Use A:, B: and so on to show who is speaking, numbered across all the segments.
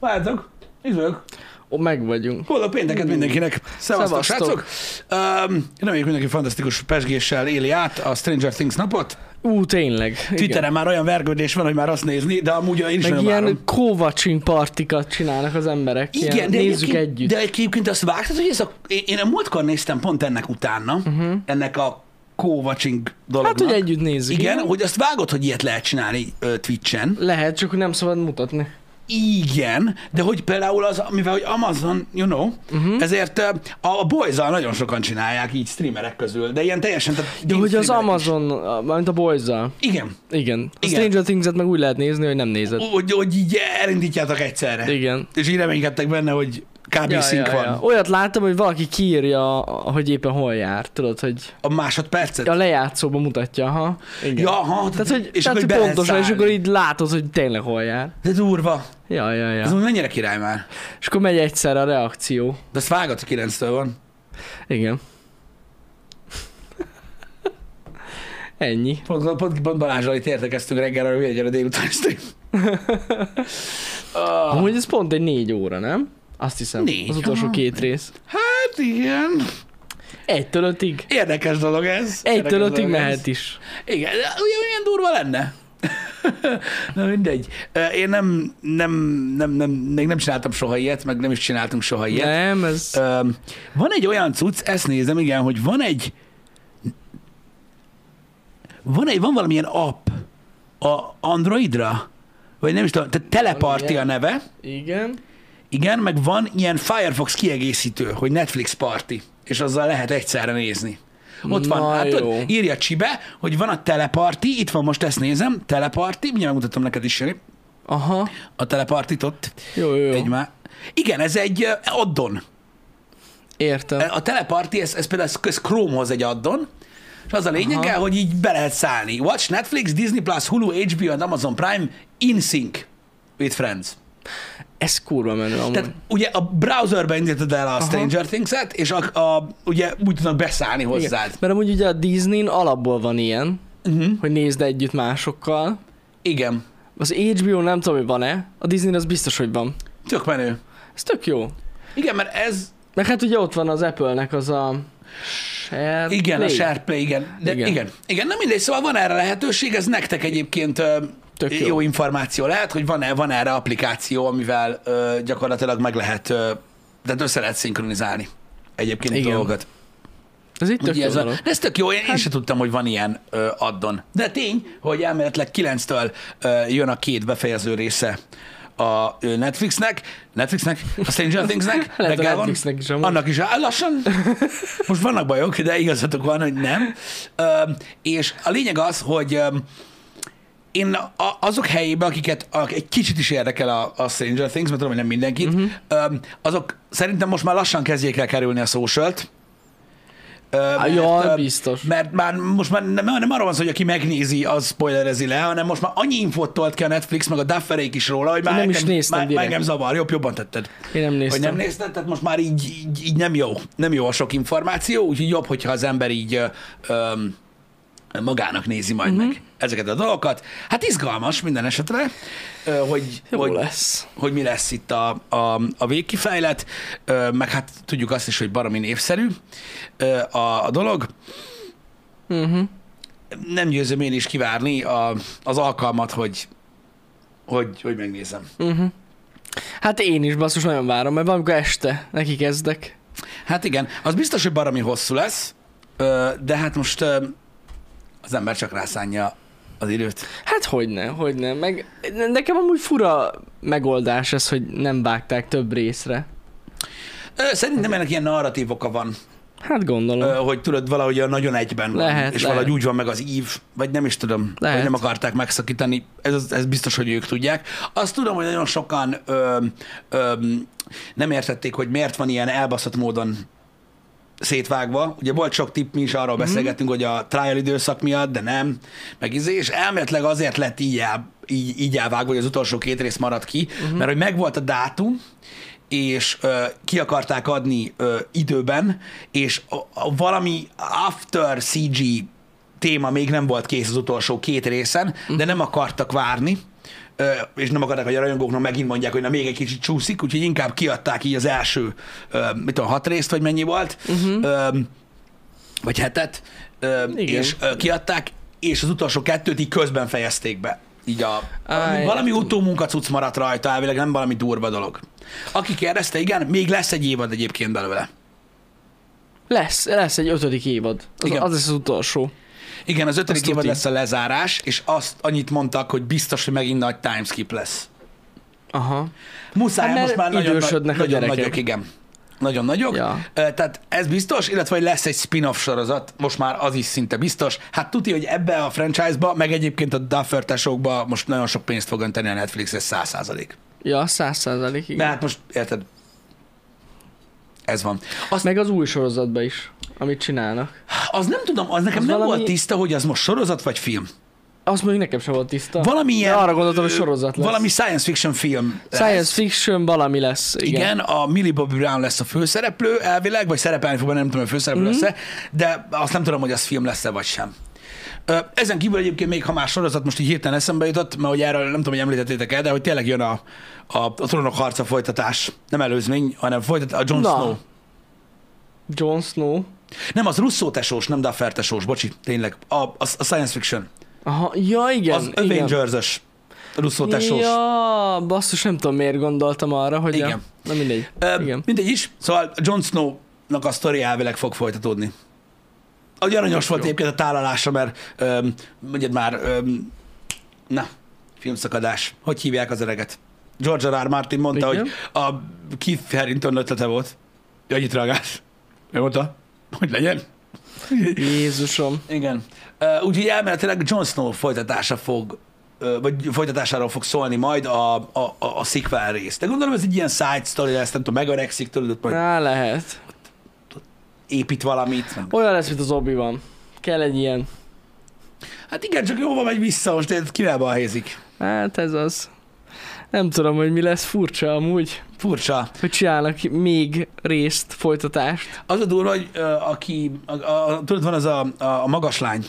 A: Várjátok, izők.
B: Ó, meg vagyunk.
A: Holnap pénteket mindenkinek. Szevasztok,
B: Szevasztok.
A: srácok. Um, reméljük mindenki fantasztikus pesgéssel éli át a Stranger Things napot.
B: Ú, tényleg. igen.
A: Twitteren már olyan vergődés van, hogy már azt nézni, de amúgy én is
B: Meg
A: nagyon várom.
B: ilyen coaching partikat csinálnak az emberek.
A: Igen,
B: ilyen,
A: de
B: nézzük
A: egyébként,
B: együtt.
A: De egyébként azt vágtad, hogy ez a, én- én a múltkor néztem pont ennek utána, uh-huh. ennek a co-watching dolognak.
B: Mhm. hát, hogy együtt nézzük.
A: Igen, hogy azt vágod, hogy ilyet lehet csinálni ö, Twitch-en.
B: Lehet, csak hogy nem szabad mutatni.
A: Igen, de hogy például az, mivel hogy Amazon, you know,
B: Mhm.
A: uh-huh. ezért ö, a, a boys nagyon sokan csinálják így streamerek közül, de ilyen teljesen. Tehát
B: De
A: game
B: hogy az
A: streamerek is.
B: Amazon, a- mint a boys
A: Igen,
B: Igen. A
A: Igen.
B: Stranger Things-et meg úgy lehet nézni, hogy nem nézed.
A: hogy, hogy így elindítjátok egyszerre.
B: Igen.
A: És így reménykedtek benne, hogy kb. Ja, szink ja, van. Ja.
B: Olyat láttam, hogy valaki kiírja, hogy éppen hol jár. Tudod, hogy
A: A másodpercet.
B: a lejátszóban mutatja, ha. Igen.
A: Ja, ha,
B: Tehát, hogy,
A: Hát- és
B: tehát,
A: akkor
B: hogy
A: be lehet
B: pontosan, és
A: szállni.
B: akkor így látod, hogy tényleg hol jár.
A: De durva.
B: Ja, ja, ja.
A: Ez ja. mennyire király már?
B: És akkor megy egyszer a reakció.
A: De azt vágod, hogy 9 van.
B: Igen. Ennyi.
A: Pont, pont, pont Balázsral itt értekeztünk reggel, arra hogy a délután stream. Ah,
B: Amúgy ez pont egy négy óra, nem? Azt hiszem,
A: Négy.
B: az utolsó
A: Aha.
B: két rész.
A: hát igen.
B: Egytől ötig.
A: Érdekes dolog ez. Érdekes
B: Egytől
A: dolog
B: ötig
A: ez.
B: mehet is.
A: Igen, de ugye milyen durva lenne? Na mindegy. Ö, Én nem, nem, nem, nem, még nem csináltam soha ilyet, meg nem is csináltunk soha ilyet.
B: Nem, ez...
A: Öm, van egy olyan cucc, ezt nézem, igen, hogy van egy van egy, van valamilyen app a Androidra, vagy nem is tudom, tehát Teleparty a
B: ilyen.
A: neve,
B: Igen.
A: igen, meg van ilyen Firefox kiegészítő, hogy Netflix Party, és azzal lehet egyszerre nézni. Ott van,
B: Na
A: hát
B: jó.
A: ott írja Csibe, hogy van a Teleparty, itt van most ezt nézem, Teleparty, mindjárt mutatom neked is, Jani,
B: Aha.
A: a Telepartit ott,
B: Jó, jó, jó.
A: egymá. Igen, ez egy ö, addon.
B: Értem.
A: A teleparti, ez, ez például ez Chromehoz egy addon, és az a lényege, Aha. hogy így be lehet szállni. Watch Netflix, Disney+, Plus, Hulu, HBO and Amazon Prime in sync with friends.
B: Ez kurva menő amúgy.
A: Tehát ugye a browserben indítod el a Stranger Things-et, és a, a, ugye úgy tudnak beszállni
B: Igen.
A: hozzád.
B: Mert amúgy ugye a Disney-n alapból van ilyen,
A: Uh-huh.
B: hogy nézd együtt másokkal.
A: Igen.
B: Az HBO nem tudom, hogy van-e. A Disney az biztos, hogy van.
A: Tök menő.
B: Ez tök jó.
A: Igen, mert ez,
B: Meg hát ugye ott van az Apple-nek az a... Share
A: igen,
B: Play.
A: a SharePlay, igen. De igen.
B: Igen.
A: igen. Igen, na mindegy, szóval van erre lehetőség, ez nektek egyébként ö,
B: Tök
A: jó.
B: jó.
A: jó információ lehet, hogy van-e, van erre applikáció, amivel ö, gyakorlatilag meg lehet, ö, tehát össze lehet szinkronizálni egyébként Igen.
B: Igen.
A: dolgokat.
B: Ez itt tök
A: Úgyhogy
B: jó
A: ez, a,
B: dolog. Hát-
A: de ez tök jó, én, én se tudtam, hogy van ilyen ö, addon. De tény, hogy elméletileg 9-től ö, jön a két befejező része a ö, Netflixnek, Netflixnek, a Stranger Thingsnek,
B: Lehet a
A: reggel van,
B: Netflixnek is amúgy.
A: annak is áll lassan. Most vannak bajok, de igazatok van, hogy nem. Ö, és a lényeg az, hogy ö, én a, azok helyébe, akiket a, egy kicsit is érdekel a, a Stranger Things, mert tudom, hogy nem mindenkit,
B: Mhm.
A: uh-huh. ö, azok szerintem most már lassan kezdjék el kerülni a social-t. Ö, mert,
B: ja,
A: ö,
B: biztos.
A: Mert már most már nem, nem arról van szó, hogy aki megnézi, az spoilerezi le, hanem most már annyi infot tolt ki a Netflix, meg a Dufferék is róla, hogy már
B: nem is
A: engem,
B: néztem
A: már, már
B: direkt.
A: engem zavar, jobb, jobban tetted.
B: Én nem
A: Hogy
B: néztem.
A: nem nézted, tehát most már így, így, így nem jó. Nem jó a sok információ, úgyhogy jobb, hogyha az ember így ö, öm, magának nézi majd
B: Mhm.
A: uh-huh. meg ezeket a dolgokat. Hát izgalmas minden esetre, ö, hogy,
B: jó
A: hogy,
B: lesz.
A: hogy mi lesz itt a, a, a végkifejlet, ö, meg hát tudjuk azt is, hogy baromi népszerű ö, a, a dolog.
B: Uh-huh.
A: Nem győzöm én is kivárni a, az alkalmat, hogy, hogy, hogy megnézem.
B: Uh-huh. Hát én is basszus nagyon várom, mert valamikor este neki kezdek.
A: Hát igen, az biztos, hogy baromi hosszú lesz, ö, de hát most ö, az ember csak rászánja az időt.
B: Hát hogyne, hogyne. Meg nekem amúgy fura megoldás ez, hogy nem vágták több részre.
A: Ö, Szerintem ennek ilyen narratív oka van,
B: Hát gondolom.
A: ö, hogy tudod, valahogy a nagyon egyben van,
B: Lehet,
A: és
B: lehet.
A: valahogy úgy van meg az ív, vagy nem is tudom,
B: Lehet.
A: hogy nem akarták megszakítani, ez, az- ez biztos, hogy ők tudják. Azt tudom, hogy nagyon sokan ö, ö, nem értették, hogy miért van ilyen elbaszott módon szétvágva. Ugye volt sok tipp, mi is arról beszélgettünk, hogy a trial időszak miatt, de nem, meg izé, és elméletileg azért lett így, el, így, így elvágva, hogy az utolsó két rész maradt ki, mert hogy megvolt a dátum, és ö, ki akarták adni ö, időben, és a, a valami after CG téma még nem volt kész az utolsó két részen, de nem akartak várni, ö, ö, és nem akarták, hogy a rajongóknak megint mondják, hogy na még egy kicsit csúszik, úgyhogy inkább kiadták így az első, ö, mit tudom, hat részt, vagy mennyi volt, uh-huh. ö, vagy hetet, ö,
B: Mhm. Igen.
A: és ö, kiadták, és az utolsó kettőt így közben fejezték be. Így a,
B: Áj.
A: valami, valami utómunka cucc maradt rajta, elvileg nem valami durva dolog. Aki kérdezte, igen, még lesz egy évad egyébként belőle.
B: Lesz, lesz egy ötödik évad. Az,
A: Igen.
B: az lesz az utolsó.
A: Igen, az ötödik
B: Azt
A: évad
B: tuti.
A: lesz a lezárás, és azt annyit mondtak, hogy biztos, hogy megint nagy timeskip lesz.
B: Aha.
A: Muszáj,
B: Hát mert
A: most már nagyon,
B: idősödnek a
A: nagyon
B: gyerekek.
A: nagyok, igen. Nagyon nagyok.
B: Ja.
A: Ö, Tehát ez biztos, illetve hogy lesz egy spin-off sorozat, most már az is szinte biztos. Hát tuti, hogy ebbe a franchise-ba, meg egyébként a Duffer tesókba most nagyon sok pénzt fog önteni a Netflix, ez száz százalék.
B: Ja, száz százalék,
A: De
B: igen.
A: hát most, érted, ez van. Azt,
B: Meg az új sorozatban is, amit csinálnak.
A: az nem tudom, az nekem
B: az
A: nem
B: valami-
A: volt tiszta, hogy az most sorozat vagy film.
B: Azt mondjuk nekem sem volt tiszta.
A: Valami ilyen,
B: De arra gondoltam, hogy sorozat lesz.
A: Valami science fiction film. lesz.
B: Science fiction valami lesz. Igen.
A: Igen, a Millie Bobby Brown lesz a főszereplő elvileg, vagy szerepelni fog benne, nem tudom, hogy főszereplő mm.
B: Mhm.
A: lesz-e, de azt nem tudom, hogy az film lesz-e, vagy sem. Ö, Ezen kívül egyébként még, ha más sorozat most így hirtelen eszembe jutott, mert hogy erről nem tudom, hogy említettétek el, de hogy tényleg jön a, a, a trónok harca folytatás. Nem előzmény, hanem folytat, a Jon
B: Na.
A: Snow.
B: Jon Snow.
A: Nem, az Russo tesós, nem Duffer tesós, bocsi, tényleg. A, a, a science fiction.
B: Aha, ja igen.
A: az
B: igen.
A: Avengers-ös. Russo tesós.
B: Ja, basszus, nem tudom miért gondoltam arra, hogy
A: Igen.
B: A... Na mindegy.
A: Ö,
B: igen.
A: Mindegy is. Szóval Jon Snow-nak a sztori elvileg fog folytatódni. Ahogy aranyos volt
B: Jó.
A: egyébként a tálalása, mert öm, ugye már, öm, na, filmszakadás. Hogy hívják az öreget? George R. R. Martin mondta,
B: Igen.
A: hogy a Keith Harrington ötlete volt. Ő annyit reagált. Ő mondta, hogy legyen.
B: Jézusom.
A: Igen. Ö, Úgyhogy elméletileg Jon Snow folytatása fog, ö, vagy folytatásáról fog szólni majd a, a, a, a sequel rész. De gondolom ez egy ilyen side story lesz, nem tudom, megöregszik, tudod, ott majd
B: Á, lehet.
A: épít valamit. meg-
B: Olyan lesz, mint az obi van. Kell egy ilyen.
A: Hát igen, csak jóval megy vissza, most érted, kivel balhézik.
B: Hát ez az. Nem tudom, hogy mi lesz furcsa amúgy,
A: Furcsa.
B: hogy csinálnak még részt, folytatást.
A: Az a durva, hogy ö, aki, a, a, tudod, van az a, a, a magas lány,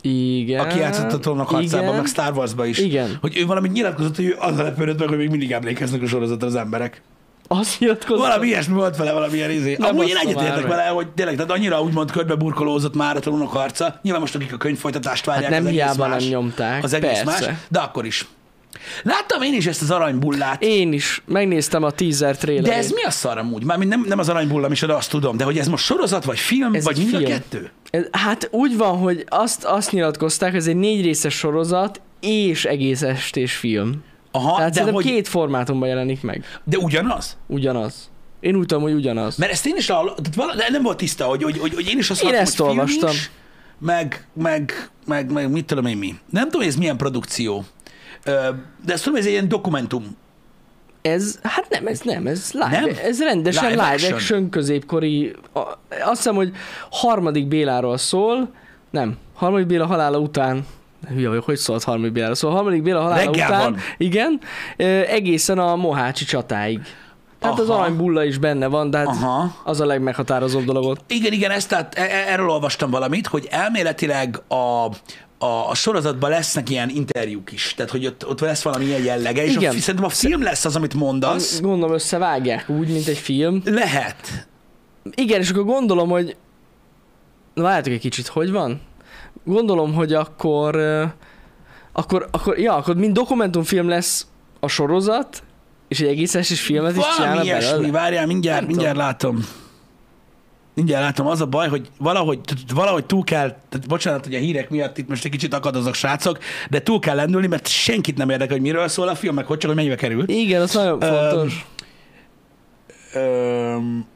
B: Igen.
A: aki játszott a Trónok harcában,
B: igen.
A: meg Star Warsban is.
B: Igen.
A: Hogy ő valamit nyilatkozott, hogy ő azzal lepődött meg, hogy még mindig emlékeznek a sorozatra az emberek.
B: Azt nyilatkozott.
A: Valami ilyesmi volt vele, valami ilyen izé.
B: Nem
A: Amúgy én
B: baszta
A: egyetértek
B: már
A: vele, hogy tényleg, tehát annyira úgymond körbe burkolózott már a trónok harca. Nyilván most akik a könyvfolytatást várják,
B: Hát nem
A: az egész
B: hiába
A: más,
B: nem nyomták.
A: Az egész
B: persze.
A: más, de akkor is. Láttam én is ezt az aranybullát.
B: Én is megnéztem a teaser trailerét.
A: De ez mi a szar amúgy? Mármint nem, nem az aranybulla, is, de azt tudom, de hogy ez most sorozat, vagy film,
B: Ez
A: vagy
B: egy
A: mind a
B: film.
A: kettő?
B: Ez- Hát úgy van, hogy azt, azt nyilatkozták, hogy ez egy négy részes sorozat és egész estés film.
A: Aha,
B: Tehát
A: Ah, de,
B: szerintem
A: hogy,
B: két formátumban jelenik meg.
A: de ugyanaz?
B: Ugyanaz. Én úgy tudom, hogy ugyanaz.
A: Mert ezt én is hall, tehát vala, de nem volt tiszta, hogy, hogy, hogy, hogy én is azt
B: Én
A: láttam,
B: ezt
A: hogy film
B: olvastam.
A: Is, meg, meg, meg, meg, mit tudom én mi. Nem tudom, hogy ez milyen produkció. Ö, De ezt tudom, ez egy ilyen dokumentum.
B: Ez, hát nem, ez nem, ez live,
A: Nem?
B: nem? ez rendesen
A: Live
B: live,
A: action.
B: action. középkori, a, azt hiszem, hogy harmadik Béláról szól, nem, harmadik Béla halála után, hülye vagyok, hogy szólt harmadik Béláról, szóval harmadik Béla halála
A: Reggel
B: után,
A: van.
B: igen, ö, egészen a Mohácsi csatáig. Tehát az
A: Aha.
B: aranybulla is benne van, de hát
A: Aha.
B: az a legmeghatározóbb dolog ott.
A: Igen, igen, ezt, tehát e- e- erről olvastam valamit, hogy elméletileg a, a, a sorozatban lesznek ilyen interjúk is. Tehát, hogy ott, ott lesz valami ilyen jellege, és
B: Igen.
A: A, fi- szerintem a film lesz az, amit mondasz.
B: Gondolom összevágják úgy, mint egy film.
A: Lehet.
B: Igen, és akkor gondolom, hogy... Na, várjátok egy kicsit, hogy van? Gondolom, hogy akkor... ö, Akkor, akkor, ja, akkor mind dokumentumfilm lesz a sorozat, és egy egész estés filmet is
A: Valami
B: csinálnak
A: ilyesmi,
B: belőle.
A: várjál, mindjárt,
B: Nem
A: mindjárt látom. Mindjárt látom, az a baj, hogy valahogy, tehát valahogy túl kell, tehát bocsánat, hogy a hírek miatt itt most egy kicsit akadozok, srácok, de túl kell lendülni, mert senkit nem érdekel, hogy miről szól a film, meg hogy csak, hogy mennyibe kerül.
B: Igen, az nagyon
A: Öm,
B: fontos.
A: Öm,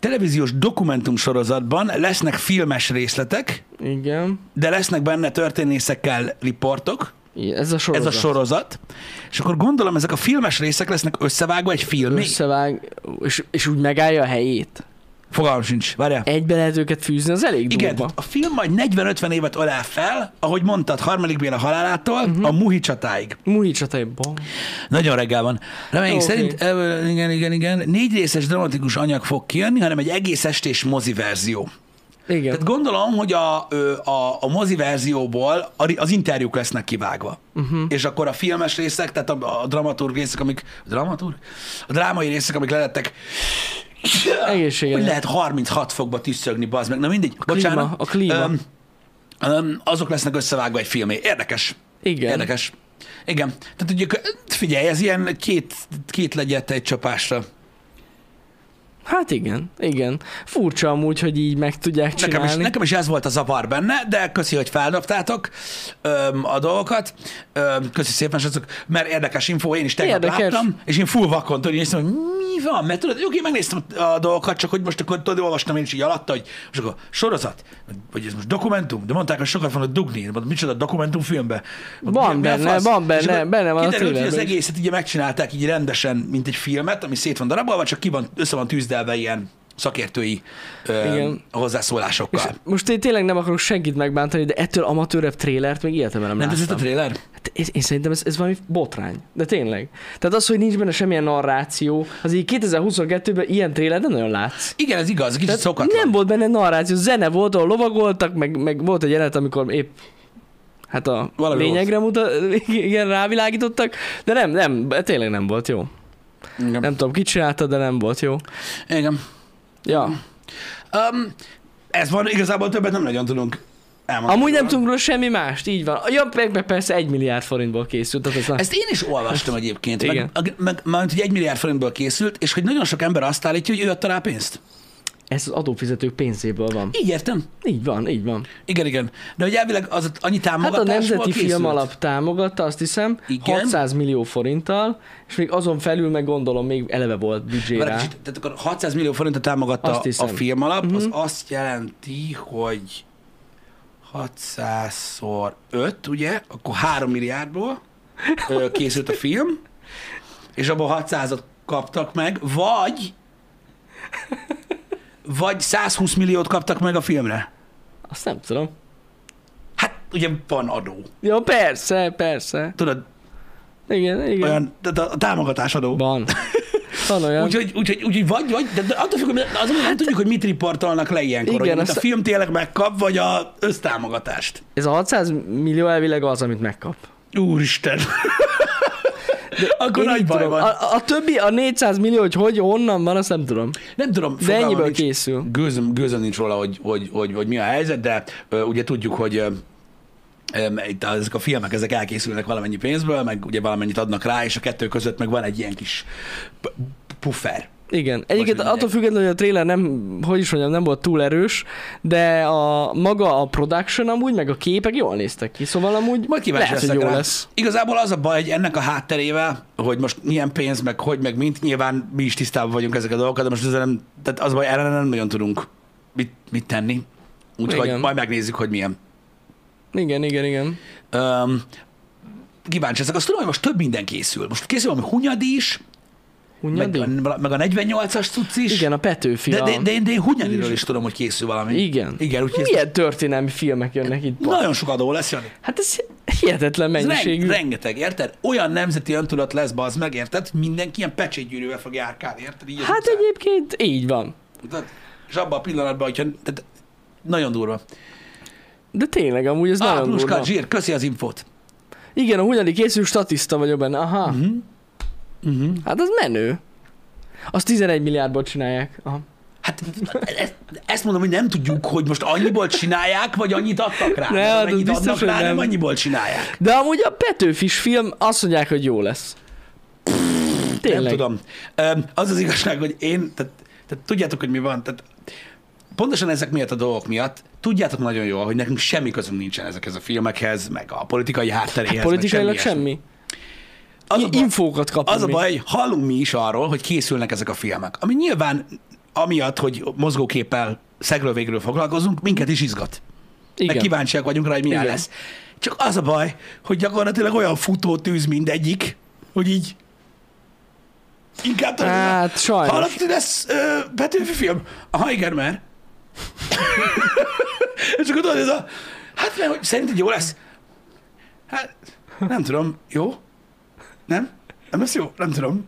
A: televíziós dokumentumsorozatban lesznek filmes részletek,
B: Igen.
A: de lesznek benne történészekkel riportok,
B: Igen, Ez a
A: ez
B: sorozat.
A: a sorozat, és akkor gondolom ezek a filmes részek lesznek összevágva egy filmé. Össze...
B: Összevág, és, és úgy megállja a helyét.
A: Fogalmam sincs, várjál.
B: Egybe lehet őket fűzni, az elég
A: Igen,
B: durva.
A: a film majd 40-50 évet ölel fel, ahogy mondtad, harmadik Béla halálától uh-huh. a Muhi csatáig.
B: Muhi csatai bomb.
A: Nagyon reggel van. Reméljük
B: Oké.
A: okay. szerint, ö, igen, igen, igen, négy részes dramatikus anyag fog kijönni, hanem egy egész estés mozi verzió.
B: Igen.
A: Tehát gondolom, hogy a, ö, a, a mozi verzióból a ri- az interjúk lesznek kivágva.
B: Mhm.
A: Uh-huh. És akkor a filmes részek, tehát a, a dramaturg részek, amik... Dramaturg? A drámai részek, amik lelettek...
B: Egészséges.
A: Hogy lehet 36 fokba tüsszögni, bazd meg. Na mindegy, a bocsánat.
B: klíma, a klíma.
A: Öm, öm, azok lesznek összevágva egy filmé. Érdekes.
B: Igen.
A: Érdekes. Igen. Tehát ugye, figyelj, ez ilyen két, két legyet egy csapásra.
B: Hát igen, igen. Furcsa amúgy, hogy így meg tudják
A: Nekem
B: csinálni.
A: is, nekem is ez volt a zavar benne, de köszi, hogy feldobtátok öm, a dolgokat. Öm, köszi szépen, srácok, mert érdekes info, én is tegnap
B: Érdekes.
A: láttam, és én full vakon tudod, néztem, hogy mi van, mert tudod, jó, én megnéztem a dolgokat, csak hogy most akkor tudod, olvastam én is így alatta, hogy most akkor sorozat, vagy ez most dokumentum, de mondták, hogy sokat vannak dugni, Én mondom, micsoda dokumentumfilmbe. Mondom,
B: Van
A: a
B: benne,
A: fasz?
B: van
A: És
B: benne,
A: akkor
B: benne van a
A: Kiderült, hogy az
B: trailerben is.
A: egészet ugye megcsinálták így rendesen, mint egy filmet, ami szét van darabolva, csak ki van, össze van tűzdelve ilyen szakértői ö,
B: Igen.
A: hozzászólásokkal.
B: És most én tényleg nem akarok senkit megbántani, de ettől amatőrebb trélert még ilyetemben nem,
A: Nem tetszett a
B: láttam.
A: trailer?
B: Hát ez, én szerintem ez, ez valami botrány. De tényleg. Tehát az, hogy nincs benne semmilyen narráció, az így 2022-ben ilyen trélet nem nagyon látsz.
A: Igen, ez igaz, kicsit szokatlan.
B: Nem volt benne narráció, zene volt, ahol lovagoltak, meg, meg volt egy jelenet, amikor épp hát a
A: Valami
B: Valami lényegre muta, igen, rávilágítottak, de nem, nem, tényleg nem volt jó.
A: Igen.
B: Nem tudom, ki csinálta, de nem volt jó.
A: Igen.
B: Ja.
A: Um, ez van, igazából többet nem nagyon tudunk elmondani.
B: Amúgy nem tudunk róla semmi mást, így van. Ja, meg, meg persze egy milliárd forintból készült, tehát ez, ez
A: Ezt én is olvastam egyébként,
B: Igen.
A: meg, meg, meg, meg, hogy egy milliárd forintból készült, és hogy nagyon sok ember azt állítja, hogy ő adta rá pénzt.
B: ez az adófizetők pénzéből van.
A: Így értem.
B: Így van, így van.
A: Igen, igen. De hogy elvileg az annyi
B: Hát a
A: támogatásból
B: Nemzeti
A: készült.
B: Film Alap támogatta, azt hiszem,
A: Igen.
B: Igen. 600 millió forinttal, és még azon felül meg gondolom még eleve volt büdzsé
A: Várj egy
B: rá.
A: kicsit, Tehát akkor 600 millió forintot támogatta
B: Azt
A: a
B: hiszem. Mhm.
A: film alap, az azt jelenti, hogy 600-szor 5, ugye? Akkor 3 milliárdból ö, készült a film, és abból 600-at kaptak meg, vagy vagy 120 milliót kaptak meg a filmre.
B: Azt nem tudom.
A: Hát ugye van adó.
B: Ja, persze, persze.
A: Tudod,
B: Igen, igen.
A: olyan, tehát a, a támogatás adó.
B: Van. Van olyan.
A: Úgyhogy, úgyhogy, úgyhogy vagy, vagy, de- de attól függ, hogy az, hogy nem tudjuk, hogy mit riportolnak le ilyenkor,
B: Hát- Igen,
A: Igen, hogy azt...
B: azt-
A: a film tényleg megkap, vagy a össztámogatást.
B: Ez a 600 millió elvileg az, amit megkap.
A: Úristen. De Akkor
B: Én
A: nagy
B: így
A: baj
B: tudom.
A: van. A...
B: A, a, többi, a 400 millió, hogy hogy, honnan van, azt nem tudom.
A: Nem tudom,
B: De
A: fogalmam
B: ennyiből
A: nincs,
B: készül.
A: Gőzöm, gőzöm nincs róla, hogy, hogy, hogy, hogy mi a helyzet, de ö, ugye tudjuk, hogy ö, ö, itt a- ezek a filmek, ezek elkészülnek valamennyi pénzből, meg ugye valamennyit adnak rá, és a kettő között meg van egy ilyen kis p- puffer.
B: Igen. Egyébként
A: mindegy.
B: attól függetlenül, hogy a trailer nem, hogy is mondjam, nem volt túl erős, de a maga a production amúgy, meg a képek jól néztek ki, szóval amúgy
A: Majd kíváncsi
B: lehet,
A: leszek
B: hogy jó
A: rá.
B: lesz.
A: Igazából az a baj, hogy ennek a hátterével, hogy most milyen pénz, meg hogy, meg mint, nyilván mi is tisztában vagyunk ezek a dolgokat, de most ezzel nem, tehát az a baj, erre nem nagyon tudunk mit, mit tenni. Úgyhogy
B: Igen.
A: majd megnézzük, hogy milyen.
B: Igen, igen, igen.
A: Um, kíváncsi ezek. Azt tudom, hogy most több minden készül. Most készül valami hunyad is, meg,
B: Hunyadi?
A: a- meg a 48-as cucc is.
B: Igen, a Petőfi.
A: de,
B: a...
A: de, de, én, de én hunyadiról is tudom, hogy készül valami.
B: Igen.
A: Igen, úgyhogy ezt-
B: Milyen történelmi filmek jönnek itt? Na,
A: nagyon sok adó lesz, Jani.
B: hát ez hihetetlen
A: Ez
B: mennyiségű.
A: Ren, rengeteg, érted? Olyan nemzeti öntudat lesz, bazd meg, érted? Mindenki ilyen pecsétgyűrűvel fog járkálni, érted? Így az
B: Hát
A: utcán.
B: egyébként így van.
A: Tudod? És abban a pillanatban, hogyha... Tehát, nagyon durva.
B: De tényleg, amúgy ez
A: Á,
B: nagyon
A: Pluska,
B: durva.
A: Zsír, köszi az infót.
B: Igen, a hunyadi készül, statiszta vagyok benne. Aha.
A: Mhm. Mhm.
B: Hát az menő. Azt 11 milliárdból csinálják. Aha.
A: Hát ezt, ezt mondom, hogy nem tudjuk, hogy most annyiból csinálják, vagy annyit adtak rá.
B: Ne,
A: Mert
B: az
A: amennyit
B: biztos,
A: adnak
B: hogy
A: rá, nem.
B: nem.
A: annyiból csinálják.
B: De amúgy a Petőfis film azt mondják, hogy jó lesz. Tényleg.
A: Nem tudom. Öm, Az az igazság, hogy én, tehát, tehát tudjátok, hogy mi van. Tehát pontosan ezek miatt a dolgok miatt tudjátok nagyon jól, hogy nekünk semmi közünk nincsen ezekhez a filmekhez, meg a politikai hátteréhez. meg
B: Hát Politikailag
A: ilyesmi.
B: semmi.
A: Az a
B: I-
A: baj,
B: infókat kapunk
A: az a
B: mi.
A: baj, hogy hallunk mi is arról, hogy készülnek ezek a filmek. Ami nyilván amiatt, hogy mozgóképpel szegről végről foglalkozunk, minket is izgat. Igen. Meg
B: Igen.
A: kíváncsiak vagyunk rá, hogy milyen
B: Igen.
A: lesz. Csak az a baj, hogy gyakorlatilag olyan futótűz mindegyik, hogy így inkább talán
B: Hát sajnos.
A: Hallott, hogy lesz ö, Petőfi film? Aha, igen, mert. És akkor tudod, ez a... Hát mert hogy szerinted jó lesz? Hát, nem tudom. Jó? Nem? Nem lesz jó? Nem tudom.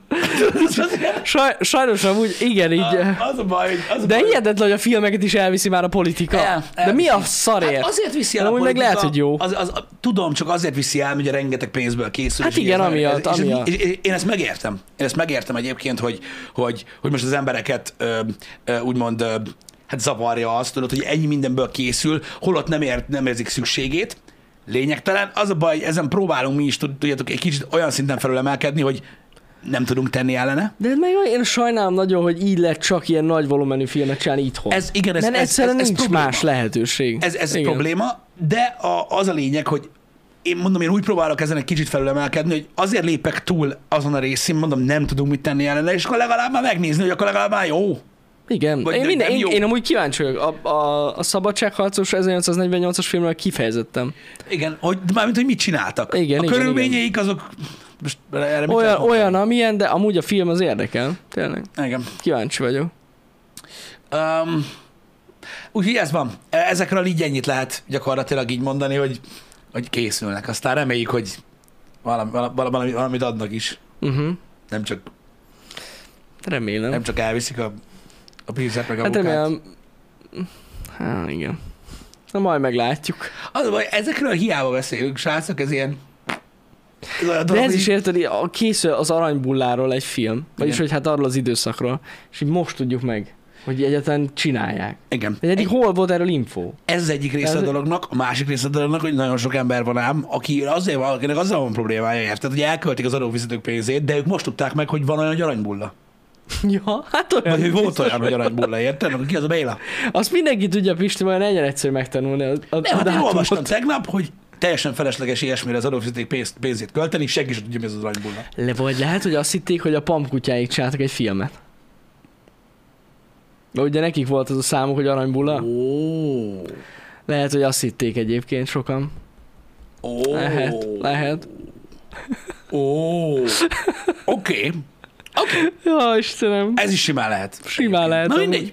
B: Saj, sajnos amúgy, igen, így. eh,
A: az a baj, hogy- az a
B: De
A: baj,
B: hihetetlen, hogy a filmeket is elviszi már a politika.
A: El-
B: De mi a
A: elviszi.
B: szarért?
A: Hát azért viszi el
B: De
A: a
B: amúgy meg
A: politika-
B: lehet, hogy jó.
A: Az, az, a- tudom, csak azért viszi el, hogy rengeteg pénzből készül.
B: Hát
A: és így
B: igen,
A: ez-
B: amiatt,
A: ez- és-
B: amiatt.
A: és- és- Én ezt megértem. Én ezt megértem egyébként, hogy, hogy, hogy most az embereket ö, ö, úgymond ö, hát zavarja azt, tudod, hogy ennyi mindenből készül, holott nem, ért, nem érzik szükségét. Lényegtelen. Az a baj, ezen próbálunk mi is, tud- tudjátok, egy kicsit olyan szinten felülemelkedni, hogy nem tudunk tenni ellene.
B: De hát meg én sajnálom nagyon, hogy így lett csak ilyen nagy volumenű filmet csinálni itthon.
A: Ez- igen, ez-
B: Mert
A: ez-
B: egyszerűen
A: ez- ez
B: nincs
A: probléma.
B: más lehetőség.
A: Ez, ez
B: Igen.
A: probléma, de a, az a lényeg, hogy én mondom, én úgy próbálok ezen egy kicsit felülemelkedni, hogy azért lépek túl azon a részén, mondom, nem tudunk mit tenni ellene, és akkor legalább már megnézni, hogy akkor legalább már jó.
B: Igen,
A: Vagy
B: én,
A: nem-
B: minden,
A: nem
B: én,
A: jó.
B: én amúgy kíváncsi vagyok. A, a, a Szabadságharcos 1848-as filmről kifejezettem.
A: Igen, hogy, de mármint, hogy mit csináltak.
B: Igen,
A: a
B: igen,
A: körülményeik azok... Most erre mit
B: Olyan,
A: lehet mondani?
B: olyan, amilyen, de amúgy a film az érdekel. Tényleg.
A: Igen.
B: Kíváncsi vagyok.
A: Um, úgyhogy ez van. E, Ezekről így ennyit lehet gyakorlatilag így mondani, hogy, hogy készülnek. Aztán reméljük, hogy valami, valami, valamit adnak is.
B: Uh-huh.
A: Nem csak,
B: Remélem.
A: nem csak elviszik a, a pénzet meg a
B: hát
A: munkát.
B: remélem. Hát igen. Na majd meglátjuk.
A: Az a baj, ezekről hiába beszélünk, srácok, ez ilyen... Ez olyan
B: De
A: dolog,
B: ez is
A: hogy-
B: érted, a- készül az aranybulláról egy film, vagyis
A: Igen.
B: hogy hát arról az időszakról, és így most tudjuk meg, hogy egyáltalán csinálják.
A: Igen.
B: Vagy eddig
A: Egy,
B: hol volt erről info?
A: ez az egyik része
B: Ez-
A: a dolognak, a másik része a dolognak, hogy nagyon sok ember van ám, aki azért van, akinek azzal van problémája, érted, hogy elköltik az adófizetők pénzét, de ők most tudták meg, hogy van olyan, hogy aranybulla.
B: Ja, hát olyan.
A: Vagy hogy volt
B: biztos.
A: olyan, hogy aranybulla, érted? Akkor ki az a Béla?
B: Azt mindenki tudja, Pisti, majd legyen egyszerű megtanulni a, a,
A: Nem,
B: a
A: hát én
B: dátumot.
A: olvastam tegnap, hogy teljesen felesleges ilyesmire az adófizetők pénzt, pénzét költeni, senki sem tudja, mi az az aranybulla.
B: Le vagy lehet, hogy azt hitték, hogy a pampkutyáik csináltak egy filmet. De ugye nekik volt az a számuk, hogy aranybulla.
A: Ó,
B: Lehet, hogy azt hitték egyébként sokan.
A: ó,
B: Lehet, lehet.
A: Ó, oké.
B: Ja, Istenem.
A: Ez is simán lehet.
B: Simán lehet.
A: Na
B: amúgy.
A: mindegy.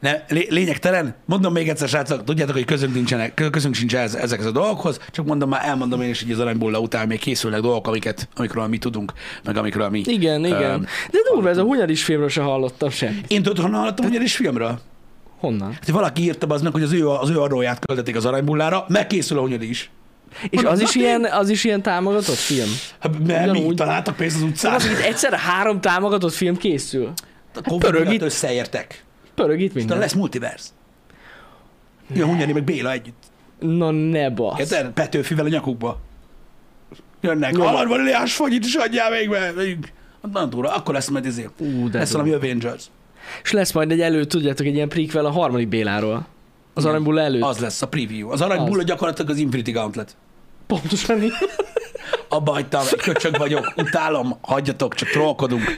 A: Ne, lé- lényegtelen, mondom még egyszer, srácok, tudjátok, hogy közünk, nincsenek, kö- közünk sincs ez, ezekhez a dolgokhoz, csak mondom már, elmondom én is, hogy az aranybulla után még készülnek dolgok, amiket, amikről mi tudunk, meg amikről mi.
B: Igen, igen.
A: Öm,
B: De durva, ez a hunyaris filmről se hallottam semmit.
A: Én tudod, honnan hallottam ugyanis filmről? Hát,
B: Honnan?
A: hogy valaki írta aznak, hogy az ő, az ő adóját költötték az aranybullára, megkészül a hunyadi is.
B: És az
A: Na,
B: is, ilyen, az is ilyen támogatott film?
A: Hát, mert mi
B: Ugyanúgy.
A: találtak pénzt az utcán.
B: Az, hogy itt egyszerre három támogatott film készül.
A: Akkor
B: pörög
A: pörög
B: itt.
A: összeértek.
B: Pörög itt
A: De
B: minden.
A: lesz multiverse. Jön Hunyadi meg Béla együtt.
B: Na ne basz.
A: Érted? Petőfivel a nyakukba. Jönnek.
B: Nyoma.
A: Alad van Eliás fagyit is adjál még be. Vegyünk. Nagyon durva. Akkor lesz majd izé.
B: Ú, de
A: Lesz
B: durva.
A: valami Avengers.
B: És lesz majd egy elő, tudjátok, egy ilyen prequel a harmadik Béláról. Az
A: Igen.
B: aranybulla előtt.
A: Az lesz a preview. Az aranybulla
B: Az.
A: gyakorlatilag az Infinity Gauntlet.
B: Pontosan így.
A: Abba hagytam, egy köcsög vagyok, utálom, hagyjatok, csak trollkodunk.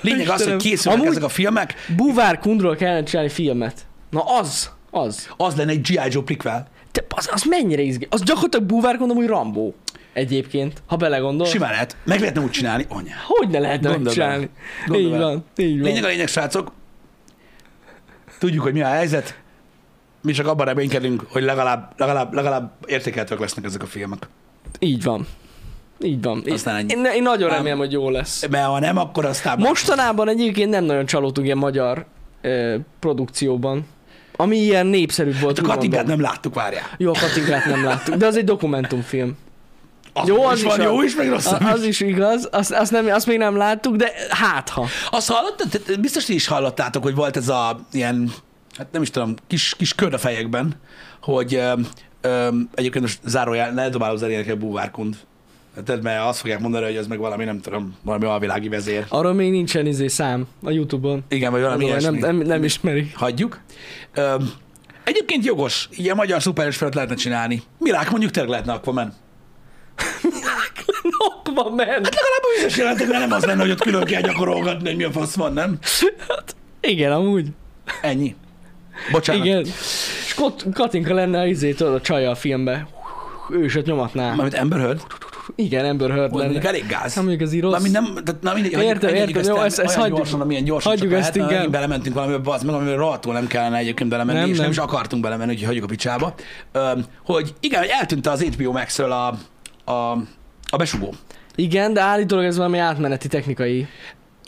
A: Lényeg az, hogy
B: Istenem.
A: készülnek
B: Amúgy-
A: ezek a filmek,
B: Buvár Kundról kellene csinálni filmet. Na az, az.
A: az lenne egy G.I. Joe prequel.
B: Te, az, az mennyire izgi. Az gyakorlatilag Buvár Kundom, hogy Rambó. Egyébként, ha belegondol.
A: Simán lehet. Meg lehetne úgy csinálni, anyá.
B: Hogy ne lehetne
A: Gondolom.
B: megcsinálni? Így
A: Gondolom.
B: van, így van.
A: Lényeg a lényeg, srácok. Tudjuk, hogy mi a helyzet. Mi csak abban reménykedünk, hogy legalább, legalább, legalább értékeltők lesznek ezek a filmek.
B: Így van. Így van. Így-
A: Aztán ennyi.
B: Én, én nagyon
A: Ám-
B: remélem, hogy jó lesz.
A: Mert ha nem, akkor aztán...
B: Mostanában egyébként nem nagyon csalódtunk ilyen magyar ö, produkcióban. Ami ilyen népszerű volt.
A: a
B: úgy
A: Katinkát
B: mondom.
A: nem láttuk, várjál.
B: Jó, a Katinkát Hát nem láttuk, de az egy dokumentumfilm.
A: Az
B: Jó,
A: jó,
B: az
A: is van,
B: is
A: jó
B: az.
A: is, meg rossz
B: A,
A: az...
B: az is igaz, azt, azt, nem, azt még nem láttuk, de hát ha.
A: Azt hallottad? Te- te- Biztos ti is hallottátok, hogy volt ez a ilyen, hát nem is tudom, kis, kis kör a fejekben, hogy öm, öm, egyébként most zárójel, ne dobáló zenének egy búvárkund. Tehát, mert azt fogják mondani, hogy ez meg valami, nem tudom, valami alvilági vezér.
B: Arról még nincsen izé szám a Youtube-on.
A: Igen, vagy valami
B: Azóval nem,
A: ilyesmi.
B: nem, nem ismerik.
A: Hagyjuk. Öm, egyébként jogos, ilyen magyar szuperhős felett lehetne csinálni. Mirák mondjuk tényleg lehetne Aquaman.
B: Nokva ment.
A: Legalább a vizes jelentekben nem az lenne, hogy ott külön kell gyakorolgatni, hogy mi a fasz van, nem?
B: Hát, igen, amúgy.
A: Ennyi. Bocsánat.
B: Igen. És Kot- Katinka lenne az izé, tudod, a csaja a filmbe. Ősöt nyomatná.
A: Mármint Amber Heard,
B: Igen, Amber Heard
A: az
B: lenne.
A: mondjuk elég gáz.
B: Nem mondjuk az így rossz.
A: Mármint nem, tehát, na mindegy, hagyjuk-
B: Értem,
A: hagyjuk
B: értem, jó,
A: el,
B: ezt- ezt
A: olyan
B: hagyjuk.
A: gyorsan, amilyen gyorsan
B: Hagyjuk
A: csak
B: ezt,
A: lehet, mert
B: igen.
A: megint belementünk valamibe, bazd meg, amiben rohadtul nem kellene egyébként belemenni,
B: Nem,
A: és nem.
B: nem.
A: is akartunk belemenni, úgyhogy hagyjuk a picsába. Öm, hogy igen, hogy eltűnt az HBO Max-ről a, a, a besugó.
B: Igen, de állítólag ez valami átmeneti technikai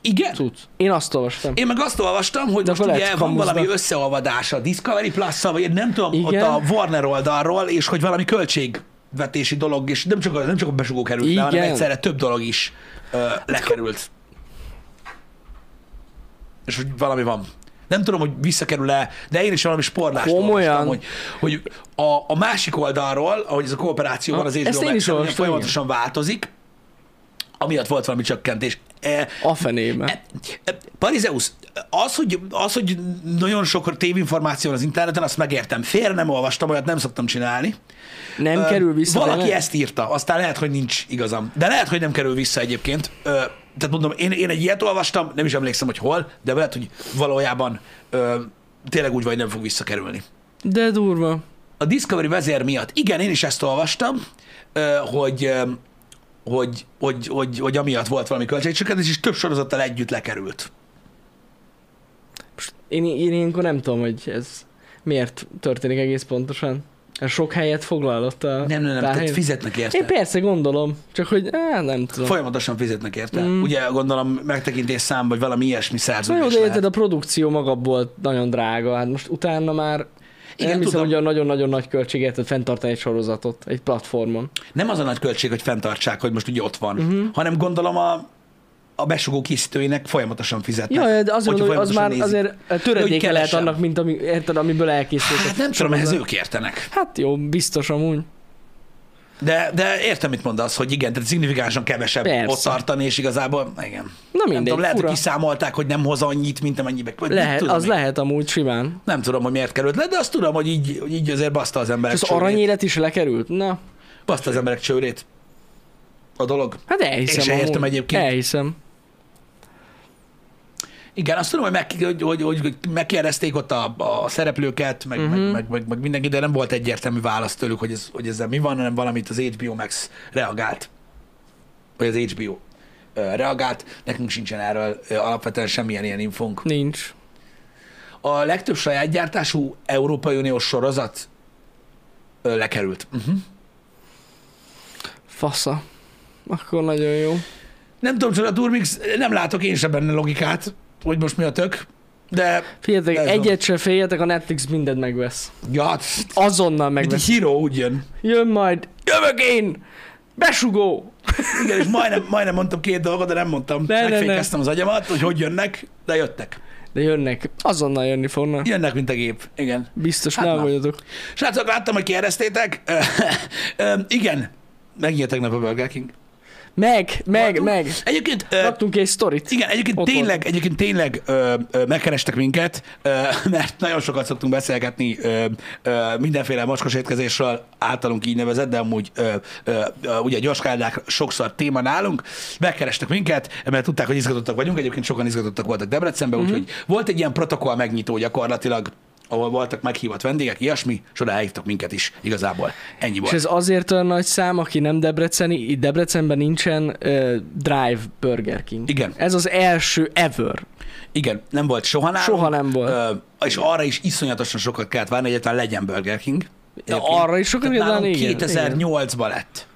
A: Igen?
B: cucc. Én azt olvastam.
A: Én meg azt olvastam, hogy
B: De
A: most
B: akkor
A: ugye
B: lehet
A: van
B: kamuznak.
A: valami összeolvadás a Discovery plus vagy én nem tudom,
B: Igen.
A: ott a Warner oldalról, és hogy valami költségvetési dolog, és nem csak a, nem csak a besugó került le, hanem
B: Igen.
A: egyszerre több dolog is ö, lekerült. És hogy valami van. Nem tudom, hogy visszakerül-e, de én is valami sporlást
B: Komolyan?
A: olvastam, hogy, hogy a, a másik oldalról, ahogy ez a kooperáció van
B: Na,
A: az
B: ezt
A: HBO
B: én is
A: Max-en, ugye
B: olvastam,
A: folyamatosan változik, amiatt volt valami csökkentés. E,
B: A fenébe.
A: Parizeusz, Hát, az hogy, az, hogy nagyon sok tévinformáció van az interneten, azt megértem. Félre nem olvastam, olyat nem szoktam csinálni.
B: Nem
A: Ö,
B: kerül vissza.
A: Valaki
B: tényleg?
A: ezt írta, aztán lehet, hogy nincs igazam. De lehet, hogy nem kerül vissza egyébként. Ö, Tehát mondom, én, én egy ilyet olvastam, nem is emlékszem, hogy hol, de lehet, hogy valójában ö, tényleg úgy vagy nem fog visszakerülni.
B: De durva.
A: A Discovery vezér miatt, igen, én is ezt olvastam, ö, hogy, ö, hogy, hogy, hogy, hogy amiatt volt valami költségcsökkentés, és több sorozattal együtt lekerült.
B: Most én, én ilyenkor nem tudom, hogy ez miért történik egész pontosan. Ez sok helyet foglalott a
A: Nem, nem, nem, tehát
B: tárhely.
A: fizetnek érte.
B: Én persze gondolom, csak hogy á, nem tudom.
A: Folyamatosan fizetnek érte. Mm. Ugye gondolom megtekintés szám, vagy valami ilyesmi
B: Na jó,
A: szerződés
B: de
A: lehet.
B: érted, Szóval a produkció maga volt nagyon drága, hát most utána már
A: Igen,
B: Igen, nem hiszem,
A: tudom.
B: hogy a nagyon-nagyon nagy költséget tud fenntartani egy sorozatot, egy platformon.
A: Nem az a nagy költség, hogy fenntartsák, hogy most ugye ott van,
B: Mhm.
A: mm-hmm. hanem gondolom a, a besugó készítőinek folyamatosan fizetnek.
B: Ja, de azt
A: hogyha
B: mondom, hogy hát az már
A: folyamatosan nézik.
B: azért töredéke lehet
A: kevesebb.
B: annak, mint ami, érted, amiből elkészült.
A: Hát nem tudom, ehhez ők értenek.
B: Hát jó, biztos amúgy.
A: De, de értem, mit mondasz, hogy igen, tehát szignifikánsan kevesebb
B: Persze.
A: ott tartani, és igazából, igen.
B: Na
A: nem
B: mindegy,
A: tudom, lehet,
B: fura.
A: hogy kiszámolták, hogy nem hoz annyit, mint amennyibe. vagy mit
B: lehet,
A: tudom
B: az
A: én.
B: lehet amúgy simán.
A: Nem tudom, hogy miért került le, de azt tudom, hogy így, hogy így azért baszta az emberek
B: És az aranyélet is lekerült? Na,
A: Baszta az emberek csőrét. A dolog.
B: hát elhiszem.
A: Én se értem
B: amúgy.
A: egyébként.
B: Elhiszem.
A: Igen, azt tudom, hogy, meg, hogy, hogy, hogy hogy megkérdezték ott a, a szereplőket, meg, uh-huh. meg, meg, meg, meg mindenki, de nem volt egyértelmű válasz tőlük, hogy, ez, hogy ezzel mi van, hanem valamit az HBO Max reagált. Vagy az HBO ö, reagált. Nekünk sincsen erről ö, alapvetően semmilyen ilyen infónk.
B: Nincs.
A: A legtöbb saját gyártású Európai Uniós sorozat ö, lekerült. Uh-huh.
B: Fasza. Akkor nagyon jó.
A: Nem tudom, hogy a Durmix, nem látok én sem benne logikát, hogy most mi a tök, de
B: Figyeljetek,
A: Ez van.
B: egyet se féljetek, a Netflix mindent megvesz.
A: ja, hát,
B: Azonnal
A: mint egy
B: megvesz.
A: híró úgy jön.
B: Jön majd, jövök én! Besugó!
A: Igen, és majdnem, majdnem mondtam két dolgot, de nem mondtam.
B: Ne, ne, ne.
A: Megfékeztem az agyamat, hogy hogy jönnek, de jöttek.
B: De jönnek, azonnal jönni fognak.
A: Jönnek, mint a gép. Igen.
B: Biztos,
A: Hát
B: hát ne
A: na.
B: aggódjatok.
A: Srácok, láttam, hogy kérdeztétek. Öm, igen, megnyílt tegnap a Burger King.
B: Meg, meg, meg.
A: Egyébként ö,
B: Raktunk egy sztorit.
A: igen, egyébként
B: Ott
A: tényleg, egyébként tényleg ö, ö, megkerestek minket, ö, mert nagyon sokat szoktunk beszélgetni ö, ö, mindenféle mocskos étkezésről, általunk így nevezett, de amúgy ö, ö, ö, ugye gyorskádák sokszor téma nálunk. Megkerestek minket, mert tudták, hogy izgatottak vagyunk, egyébként sokan izgatottak voltak Debrecenben,
B: Mhm.
A: úgyhogy volt egy ilyen protokoll megnyitó gyakorlatilag, ahol voltak meghívott vendégek, ilyesmi, és oda elhívtak minket is igazából. Ennyi
B: És
A: volt.
B: ez azért olyan nagy szám, aki nem debreceni, itt Debrecenben nincsen uh, Drive Burger King.
A: Igen.
B: Ez az első ever.
A: Igen, nem volt soha nálunk.
B: Soha nem volt.
A: Ö, és arra is iszonyatosan sokat kellett várni, hogy egyáltalán legyen Burger King.
B: De
A: Egyébként.
B: arra is sokat
A: Tehát
B: igazán,
A: nálunk
B: igen. igen.
A: 2008-ban lett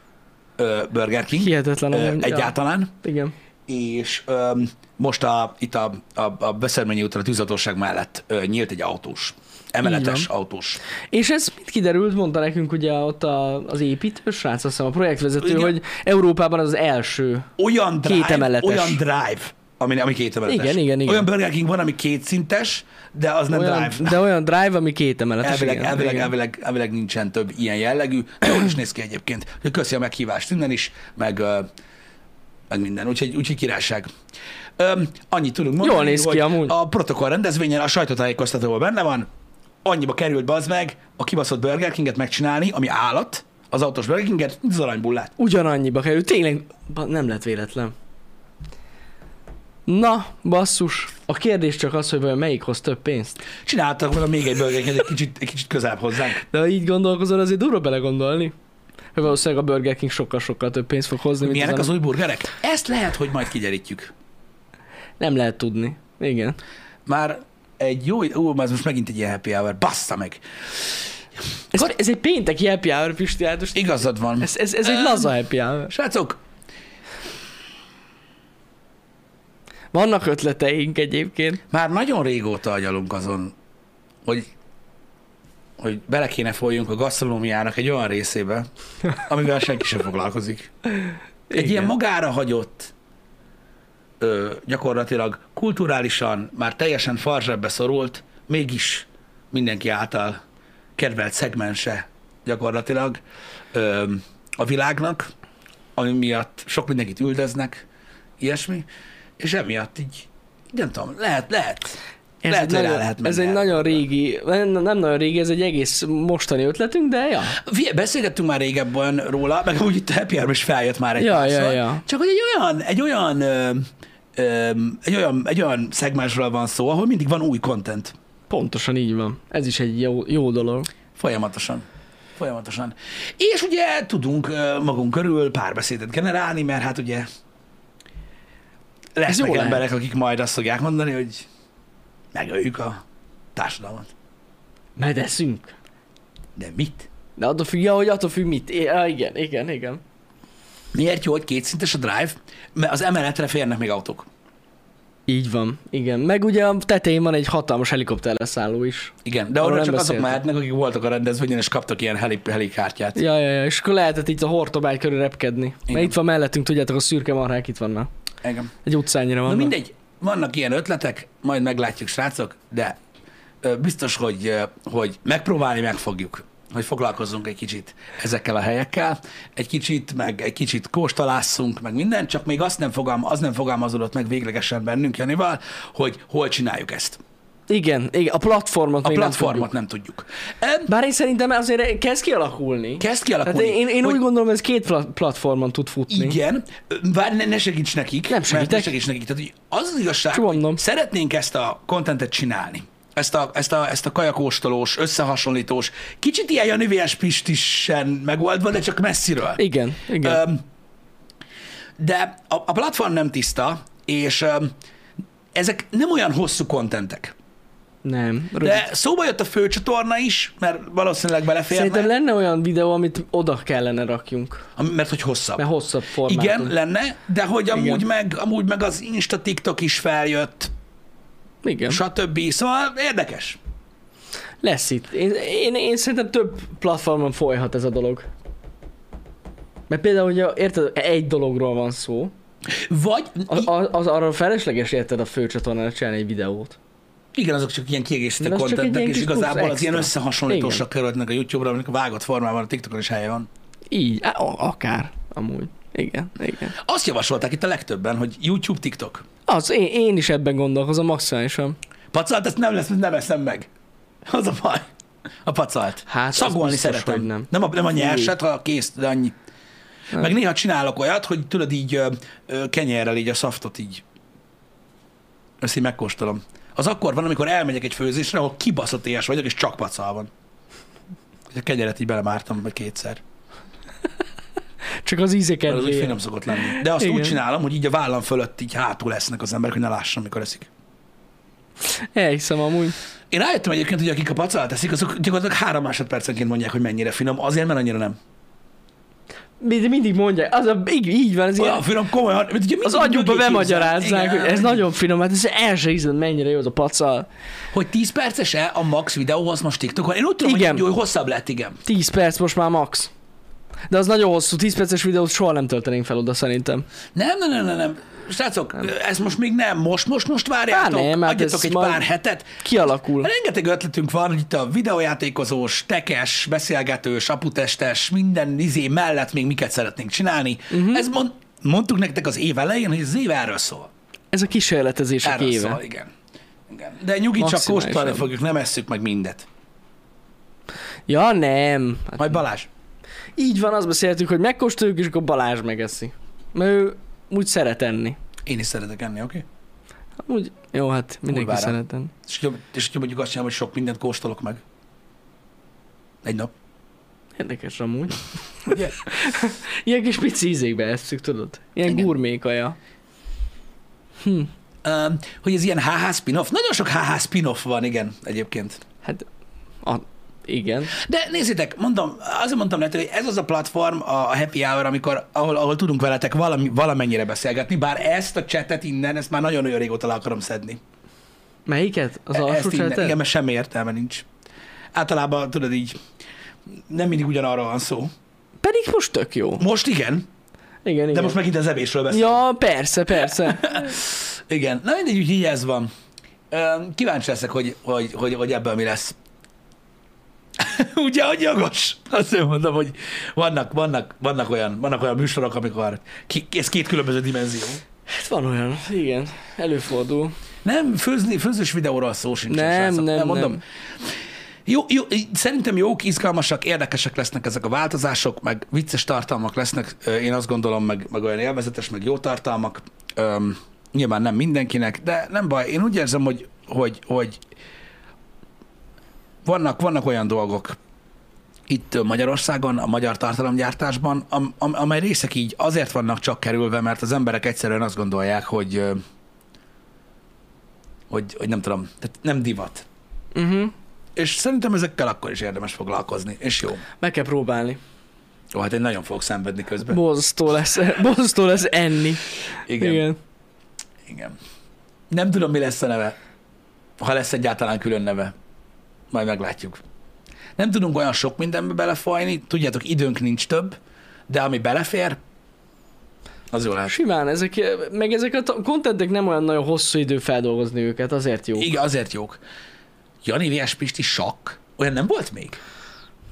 A: ö, Burger King.
B: Hihetetlen.
A: Ö,
B: amúgy.
A: egyáltalán.
B: Ja, igen.
A: És ö, most a, itt a, a, a Beszermennyi úton a tűzhatóság mellett ö, nyílt egy autós. Emeletes
B: Így
A: autós.
B: És ez mit kiderült, mondta nekünk ugye ott a, az építő srác, azt hiszem a projektvezető,
A: Igen.
B: hogy Európában az első.
A: Olyan
B: Két
A: drive,
B: emeletes.
A: olyan drive, ami, ami két emeletes.
B: Igen, igen, igen.
A: Olyan Burger King van, ami kétszintes, de az nem
B: olyan,
A: drive.
B: De olyan drive, ami két emeletes.
A: Elvileg,
B: Hát igen,
A: elvileg,
B: igen.
A: elvileg, elvileg nincsen több ilyen jellegű. De Jól is néz ki egyébként. Úgyhogy Köszi a meghívást innen is, meg, ö, meg minden. Úgyhogy, úgyhogy királyság. Öm, annyit tudunk mondani,
B: Jól néz ki
A: hogy
B: amúgy.
A: a protokoll rendezvényen a sajtótájékoztatóban benne van, annyiba került bazd meg a kibaszott Burger Kinget megcsinálni, ami állat, az autós Burger Kinget, mint az aranybullát.
B: Ugyanannyiba kerül. Tényleg ba- nem lett véletlen. Na, basszus. A kérdés csak az, hogy vajon melyik hoz több pénzt.
A: Csináltak volna még egy Burger Kinget egy kicsit, egy kicsit közelebb hozzánk.
B: De ha így gondolkozol, azért durva belegondolni. Hogy valószínűleg a Burger King sokkal-sokkal több pénzt fog hozni, mint
A: Milyenek
B: az,
A: az új burgerek? Ezt lehet, hogy majd kiderítjük.
B: Nem lehet tudni. Igen.
A: Már egy jó... Ú, már ez most megint egy ilyen happy hour. Bassza meg!
B: Ez, ez egy pénteki happy hour, Pisti hát Ádos.
A: Igazad van.
B: Ez, ez, ez egy laza happy hour.
A: Srácok,
B: Vannak ötleteink egyébként.
A: Már nagyon régóta agyalunk azon, hogy, hogy bele kéne folyjunk a gasztronómiának egy olyan részébe, amivel senki sem foglalkozik. Egy
B: Igen.
A: ilyen magára hagyott, ö, gyakorlatilag kulturálisan már teljesen farzsebbe szorult, mégis mindenki által kedvelt szegmense gyakorlatilag ö, a világnak, ami miatt sok mindenkit üldöznek, ilyesmi, és emiatt így, így nem tudom, lehet, lehet.
B: Ez
A: Lehet,
B: egy
A: hogy rá
B: nagyon,
A: lehet menni
B: ez egy
A: erre.
B: nagyon régi, nem, nem nagyon régi, ez egy egész mostani ötletünk, de ja.
A: Figyelj, Beszélgettünk már régebben róla, meg úgy itt a Happy hour is feljött már egy
B: Ja,
A: párszor.
B: ja, ja.
A: Csak hogy egy olyan, egy olyan, ö, ö, egy olyan, egy olyan szegmásról van szó, ahol mindig van új content.
B: Pontosan így van. Ez is egy jó, jó dolog.
A: Folyamatosan. Folyamatosan. És ugye tudunk ö, magunk körül párbeszédet generálni, mert hát ugye lesznek
B: jó lehet.
A: emberek, akik majd azt fogják mondani, hogy megöljük a társadalmat.
B: Medeszünk.
A: De mit?
B: De attól függ, ja, hogy attól függ mit. É, á, igen, igen, igen.
A: Miért jó, hogy kétszintes a drive? Mert az emeletre férnek még autók.
B: Így van, igen. Meg ugye a tetején van egy hatalmas helikopter leszálló is.
A: Igen, de
B: Arról
A: arra
B: nem
A: csak azok
B: beszéltünk.
A: mehetnek, akik voltak a rendezvényen, és kaptak ilyen heli, heli kártyát.
B: Ja, ja, ja, és akkor lehetett itt a hortobágy körül repkedni. Igen.
A: Igen.
B: Mert itt van mellettünk, tudjátok, a szürke marhák itt vannak.
A: Igen.
B: Egy utcányira
A: Na
B: vannak.
A: mindegy, vannak ilyen ötletek, majd meglátjuk, srácok, de ö, biztos, hogy, ö, hogy megpróbálni meg fogjuk, hogy foglalkozzunk egy kicsit ezekkel a helyekkel, egy kicsit, meg egy kicsit kóstolásszunk, meg minden, csak még azt nem fogalm, az nem fogalmazódott meg véglegesen bennünk, Janival, hogy hol csináljuk ezt.
B: Igen, igen, a platformot
A: A
B: még Nem
A: platformot
B: tudjuk.
A: nem tudjuk. Em,
B: Bár én szerintem azért kezd kialakulni.
A: Kezd kialakulni.
B: Tehát Hát én, én
A: hogy-
B: úgy gondolom, ez két pla- platformon tud futni.
A: Igen, vár, ne, ne segíts nekik.
B: Nem
A: mert
B: segítek.
A: Ne segíts nekik. Tehát hogy az az igazság,
B: Csak mondom.
A: hogy szeretnénk ezt a kontentet csinálni. Ezt a, ezt a, ezt a kajakóstolós, összehasonlítós, kicsit ilyen Janüviás Pistisen megoldva, de csak messziről.
B: Igen, igen.
A: Öm, de a, a platform nem tiszta, és öm, ezek nem olyan hosszú kontentek.
B: nem, rövid.
A: De szóba jött a főcsatorna is, mert valószínűleg beleférne,
B: Szerintem lenne olyan videó, amit oda kellene rakjunk,
A: ami- mert hogy hosszabb.
B: mert hosszabb formátum.
A: Igen, lenne, de hogy amúgy,
B: Igen.
A: Meg, amúgy meg az Insta, TikTok is feljött,
B: Igen.
A: stb. Szóval érdekes.
B: Lesz itt. Én, én, én szerintem több platformon folyhat ez a dolog. Mert például, hogyha érted, egy dologról van szó,
A: Vagy,
B: az, az arra felesleges érted a főcsatornára csinálni egy videót.
A: igen, azok csak ilyen kiegészítő
B: De az csak egy
A: kontentek,
B: ilyen
A: és
B: kis
A: igazából
B: plusz
A: az ilyen
B: extra.
A: összehasonlítósak kerülnek a YouTube-ra, aminek a vágott formában a TikTokon is helye van.
B: Így, á, a- akár, amúgy. Igen, igen.
A: Azt javasolták itt a legtöbben, hogy YouTube, TikTok.
B: Az, én, én is ebben gondolkozom maximálisan.
A: Pacalt, ezt nem lesz, nem eszem meg. Az a baj. A pacalt.
B: Hát, az
A: Szagolni
B: biztos,
A: szeretem.
B: hogy nem. Hát
A: Nem a, nem a nyerset, ha kész, de annyi.
B: Nem.
A: Meg néha csinálok olyat, hogy tudod így ö, ö, kenyérrel így a szaftot így. Ezt így megkóstolom. Az akkor van, amikor elmegyek egy főzésre, ahol kibaszott éhes vagyok, és csak pacal van. A kenyeret így belemártam vagy kétszer.
B: Csak az íze
A: Mert az úgy
B: kedvéért.
A: finom szokott lenni. De azt Igen.
B: Igen.
A: úgy csinálom, hogy így a vállam fölött így hátul lesznek az emberek, hogy ne lássam, mikor eszik.
B: Elhiszem amúgy.
A: Én rájöttem egyébként, hogy akik a pacalát eszik, azok gyakorlatilag három másodpercenként mondják, hogy mennyire finom, azért, mert annyira nem.
B: Mind, mindig mondják, az a, így, így van, ez ilyen,
A: Olyan finom, komolyan. mint ugye
B: az
A: mindig
B: agyukba
A: mögé képzel.
B: bemagyarázzák,
A: Igen,
B: hogy ez nagyon finom, hát ez el se ízled, mennyire jó az a pacal.
A: Hogy 10 perces-e a max videóhoz most TikTokon? Én úgy tudom,
B: Igen.
A: hogy jó, hogy hosszabb lett, igen.
B: 10 perc most már max. De az nagyon hosszú, 10 perces videót soha nem töltenénk fel oda szerintem.
A: Nem, nem, nem, nem, nem. Srácok, ez most még nem. Most, most, most várjátok.
B: Á, nem, hát
A: Adjatok
B: ez
A: egy
B: majd-
A: pár hetet.
B: Kialakul.
A: Rengeteg ötletünk van, hogy itt a videójátékozós, tekes, beszélgetős, aputestes, minden izé mellett még miket szeretnénk csinálni.
B: Mhm.
A: Uh-huh. Ez mond, mondtuk nektek az év elején, hogy az év erről szól.
B: Ez a kísérletezések
A: Erről
B: éve.
A: szól, igen. igen. De nyugi, csak
B: Maximálisan.
A: kóstolni fogjuk, nem esszük meg mindet.
B: Ja nem. Hát
A: Majd Balázs.
B: így van, azt beszéltük, hogy megkóstoljuk, és akkor Balázs megeszi. Mert ő úgy szeret enni.
A: Én is szeretek enni, oké? Okay?
B: Úgy, jó, hát mindenki
A: Kurvára.
B: szeret enni.
A: És, hogyha- és hogyha mondjuk azt csinálom, hogy sok mindent kóstolok meg. Egy nap.
B: Érdekes amúgy.
A: Ugye?
B: Ilyen kis pici ízékbe esszük, tudod? Ilyen
A: Igen.
B: gurmé kaja.
A: Öm, hogy ez ilyen HH spin-off. Nagyon sok HH spin-off van, igen, egyébként.
B: Hát a, Igen.
A: De nézzétek, mondom, azért mondtam nektek, hogy ez az a platform, a a Happy Hour, amikor, ahol, ahol tudunk veletek valami, valamennyire beszélgetni, bár ezt a chatet innen, ezt már nagyon-nagyon régóta le akarom szedni.
B: Melyiket? Az
A: E-
B: alsó
A: ezt innen,
B: csáter?
A: Igen, mert semmi értelme nincs. Általában, tudod így, nem mindig ugyanarról van szó.
B: Pedig most tök jó.
A: Most igen, igen.
B: Igen, igen.
A: de most megint az evésről beszélünk.
B: Ja, persze, persze.
A: Igen, na mindegy, úgyhogy ez van. Öm, Kíváncsi leszek, hogy, hogy, hogy, hogy ebből mi lesz. Ugye, hogy jogos? Azt én mondom, hogy vannak, vannak, vannak, olyan, vannak olyan műsorok, amikor ki, ez két különböző dimenzió.
B: Hát van olyan, igen, előfordul.
A: Nem, főzni, főzős videóról szó sincs.
B: Nem,
A: srácok,
B: nem,
A: mondom.
B: nem.
A: Jó, jó, szerintem jók, izgalmasak, érdekesek lesznek ezek a változások, meg vicces tartalmak lesznek, ö, én azt gondolom, meg, meg olyan élvezetes, meg jó tartalmak. Öm, nyilván nem mindenkinek, de nem baj. Én úgy érzem, hogy, hogy, hogy vannak, vannak olyan dolgok itt ö, Magyarországon, a magyar tartalomgyártásban, am, am, amely részek így azért vannak csak kerülve, mert az emberek egyszerűen azt gondolják, hogy, ö, hogy, hogy nem tudom, tehát nem divat.
B: Uh-huh.
A: És szerintem ezekkel akkor is érdemes foglalkozni, és jó.
B: Meg kell próbálni.
A: Ó, hát én nagyon fogok szenvedni közben.
B: Borzasztó lesz, borzasztó lesz enni.
A: Igen, igen.
B: Igen. igen.
A: igen. Nem tudom, mi lesz a neve, ha lesz egyáltalán külön neve. Majd meglátjuk. Nem tudunk olyan sok mindenbe belefajni, tudjátok, időnk nincs több, de ami belefér, az jó lehet.
B: Simán, ezek, meg ezek a ta- contentek nem olyan nagyon hosszú idő feldolgozni őket, azért jó.
A: Igen, azért jók. Jani Vies Pisti sakk? Olyan nem volt még?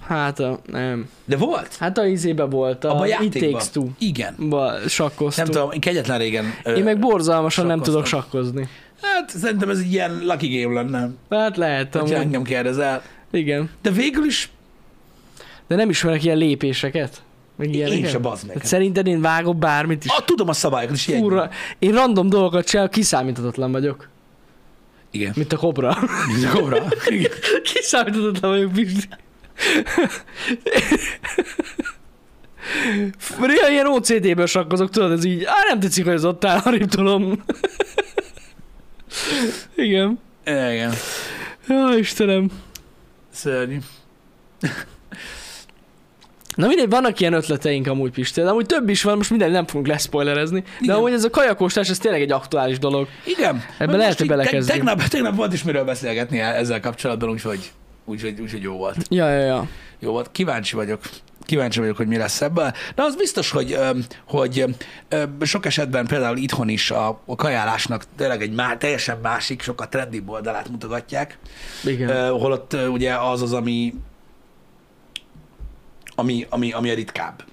B: Hát a, nem.
A: De volt?
B: Hát a izébe volt, a,
A: Abban
B: a
A: a
B: It
A: játékban.
B: Takes Two.
A: Igen.
B: Ba,
A: Nem
B: sakkoztunk.
A: tudom, én kegyetlen régen... ö,
B: Én meg borzalmasan nem tudok
A: sakkoztam.
B: sakkozni.
A: Hát szerintem ez egy ilyen lucky game lenne,
B: Hát lehet,
A: hogyha
B: amúgy.
A: engem kérdezel.
B: Igen.
A: De végül is
B: De nem ismerek ilyen lépéseket. Meg
A: én
B: ilyeneket.
A: se bazd meg.
B: Hát szerinted én vágok bármit is.
A: Ah, tudom a szabályokat, és ilyen.
B: Fúra, én random dolgokat csinálok, kiszámíthatatlan vagyok.
A: Igen.
B: Mint a kobra.
A: Mint a kobra. Igen.
B: Kiszámíthatatlan vagyok, Pisti. Néha ilyen OCD-ből sakkozok, tudod, ez így, á, nem tetszik, hogy az ott áll, arrébb tolom. Igen.
A: Igen.
B: Jó, Istenem.
A: Szörnyű.
B: Na mindegy, vannak ilyen ötleteink amúgy, Pisti, de amúgy több is van, most minden nem fogunk leszpoilerezni. De
A: Igen.
B: amúgy ez a kajakostás, ez tényleg egy aktuális dolog.
A: Igen. Most
B: lehet, hogy
A: így te-
B: belekezdünk.
A: Tegnap, tegnap volt is miről beszélgetni e- ezzel kapcsolatban, úgyhogy, úgyhogy, úgyhogy jó volt.
B: Ja, ja, ja.
A: Jó volt, kíváncsi vagyok. Kíváncsi vagyok, hogy mi lesz ebből. De az biztos, hogy, öm, hogy öm, öm, sok esetben például itthon is a, a kajálásnak tényleg egy már, teljesen másik, sokkal trendibb oldalát mutogatják.
B: Igen.
A: Ö, holott ö, ugye az az, ami ami, ami, ami a ritkább.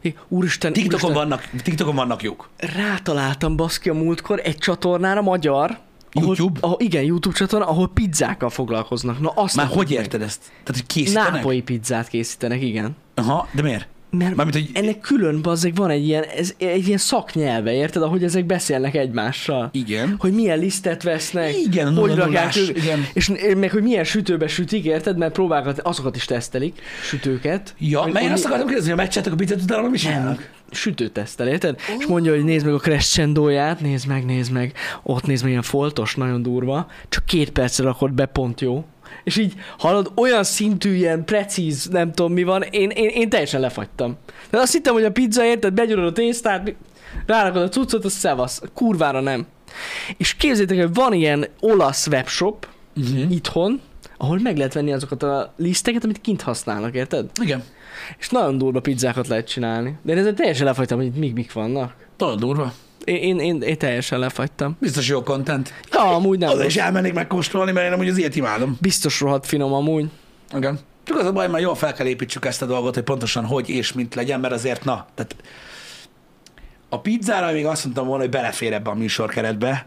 B: Hé, Úristen,
A: TikTokon
B: úristen,
A: vannak, TikTokon vannak lyuk.
B: rátaláltam baszki a múltkor egy csatornára, magyar.
A: YouTube?
B: Ahol, ahol, igen, YouTube csatorna, ahol pizzákkal foglalkoznak. Na azt
A: Már
B: mondom
A: hogy
B: meg.
A: érted ezt? Tehát, hogy készítenek?
B: Nápolyi pizzát készítenek, igen.
A: Aha, de miért?
B: Mert
A: Mármint, hogy...
B: ennek külön bazzeg van egy ilyen, ez, egy ilyen szaknyelve, érted, ahogy ezek beszélnek egymással.
A: Igen.
B: Hogy milyen lisztet vesznek,
A: Igen,
B: hogy
A: nagyon
B: rakják
A: nullás,
B: ők,
A: igen.
B: és meg hogy milyen sütőbe sütik, érted, mert próbálgat, azokat is tesztelik, sütőket.
A: Ja,
B: Hogy-
A: mert én
B: hogy-
A: azt akartam kérdezni, hogy meccsetek a pizzát utána, mi csinálnak?
B: sütőtesztel, érted? És mondja, hogy nézd meg a crescendóját, nézd meg, nézd meg, ott nézd meg, ilyen foltos, nagyon durva, csak két percre rakod be, pont jó. És így hallod, olyan szintű, ilyen precíz, nem tudom mi van, én, én, én teljesen lefagytam. De azt hittem, hogy a pizza, érted, begyúrod a tésztát, mi- rárakod a cuccot, az szevasz. Kurvára nem. És képzétek, hogy van ilyen olasz webshop
A: Uh-huh.
B: itthon, ahol meg lehet venni azokat a liszteket, amit kint használnak, érted?
A: Igen.
B: És nagyon durva pizzákat lehet csinálni. De én ezzel teljesen lefagytam, hogy itt mik, mik vannak.
A: Nagyon durva.
B: Én, én, én, én teljesen lefagytam.
A: Biztos jó content.
B: Ja, amúgy nem.
A: Oda
B: rossz.
A: is elmennék megkóstolni, mert én amúgy az ilyet imádom.
B: Biztos rohadt finom amúgy.
A: Igen. Csak az a baj, már jól fel kell építsük ezt a dolgot, hogy pontosan hogy és mint legyen, mert azért na, tehát a pizzára még azt mondtam volna, hogy belefér ebbe a műsorkeretbe.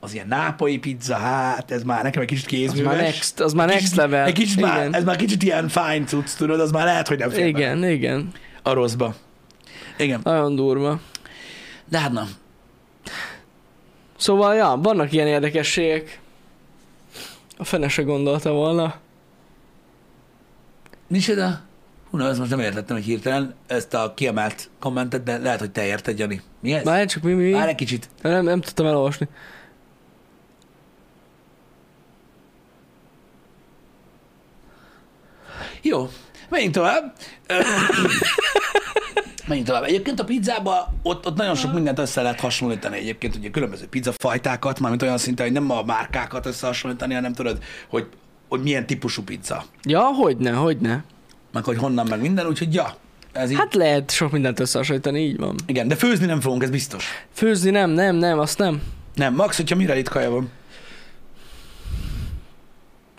A: Az ilyen nápolyi pizza, hát ez már nekem egy kicsit
B: Az már
A: kézműves.
B: next, az már next
A: Kicsit-
B: level.
A: Egy kicsit
B: igen.
A: már, ez már kicsit ilyen fine cucc, tudod, az már lehet, hogy nem fér bele
B: igen, igen.
A: a rosszba. Igen.
B: Nagyon durva.
A: De hát na,
B: Szóval, ja, vannak ilyen érdekességek. A fene se gondolta volna.
A: micsoda? Hú, na, ezt most nem értettem, hogy hirtelen ezt a kiemelt kommentet, de lehet, hogy te érted, Jani. Mi ez?
B: Már csak mi, mi, mi?
A: Már egy kicsit.
B: Nem, nem tudtam elolvasni.
A: Jó, menjünk tovább. menjünk tovább. Egyébként a pizzába ott, ott nagyon sok mindent össze lehet hasonlítani. Egyébként ugye különböző pizzafajtákat, mármint olyan szinten, hogy nem a márkákat összehasonlítani, hanem tudod, hogy, hogy milyen típusú pizza.
B: Ja, hogyne, hogyne.
A: Meg hogy honnan, meg minden, úgyhogy ja. Ez így, hát...
B: Hát lehet sok mindent összehasonlítani, így van.
A: Igen, de főzni nem fogunk, ez biztos.
B: Főzni nem, nem, nem, azt nem.
A: Nem, max, hogyha mire itt kaja van.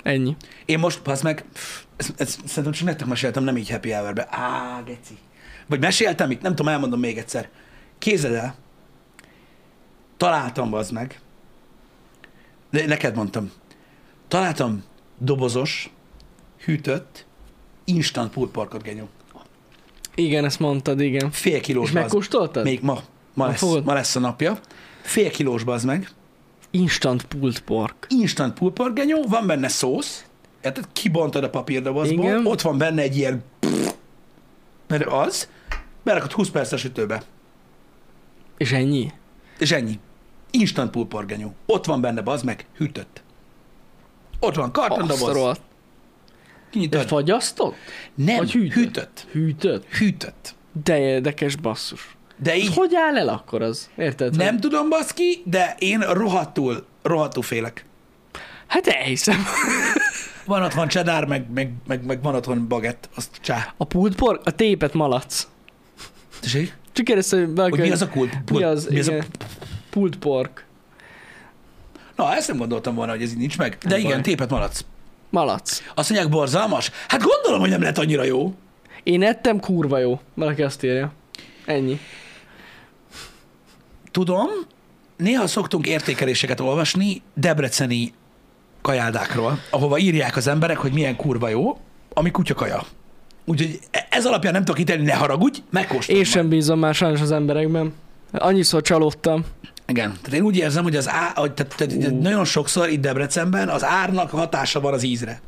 B: Ennyi.
A: Én most, pasz meg, ezt, ezt szerintem csak nektek meséltem, nem így happy hour-be. Á, geci. Vagy meséltem itt, nem tudom, elmondom még egyszer. Kézed el, találtam, az meg, de neked mondtam, találtam dobozos, hűtött, instant pulparkot, genyó.
B: Igen, ezt mondtad, igen.
A: Fél kilós
B: És
A: bazd.
B: megkóstoltad?
A: Még ma. Ma
B: Ma
A: lesz,
B: fogod?
A: ma lesz a napja. Fél kilós bazd meg.
B: Instant pulled pork.
A: instant pulpargenyó, van benne szósz, érted, kibontod a papírdobozból,
B: Igen.
A: ott van benne egy ilyen mert az, berakod 20 perc a sütőbe,
B: És ennyi?
A: és ennyi. Instant pulpargenyó. Ott van benne, bazd meg, hűtött. Ott van
B: Azt a
A: kartondoboz,
B: rohadt. De
A: kinyitod.
B: fagyasztott?
A: Nem,
B: vagy
A: hűtött.
B: hűtött?
A: hűtött.
B: Hűtött?
A: Hűtött.
B: De érdekes basszus.
A: De
B: És
A: így
B: hogy áll el akkor az? Érted?
A: nem tudom, baszki, de én rohadtul, rohadtul félek.
B: Hát elhiszem.
A: Van otthon cheddar, meg, meg, meg, meg van otthon bagett, azt csá.
B: A pult pork, a tépet malac.
A: Tessék?
B: Csak kérdezte, hogy,
A: Hogy mi az a kult?
B: Mi az,
A: mi az a
B: igen. Pult pork.
A: Na, ezt nem gondoltam volna, hogy ez így nincs meg. De
B: Nem
A: igen,
B: baj.
A: tépet maradsz.
B: Malac.
A: Azt mondják, borzalmas? Hát gondolom, hogy nem lett annyira jó.
B: Én ettem, kurva jó. Valaki azt írja. Ennyi.
A: Tudom, néha szoktunk értékeléseket olvasni debreceni kajáldákról, ahova írják az emberek, hogy milyen kurva jó, ami kutyakaja. Úgyhogy e- ez alapján nem tudok ítélni, ne haragudj, megkóstolom.
B: Én sem bízom már sajnos az emberekben. Annyiszor csalódtam.
A: Igen. Tehát én úgy érzem, hogy az á, hogy, tehát, tehát, tehát nagyon sokszor itt Debrecenben az árnak hatása van az ízre,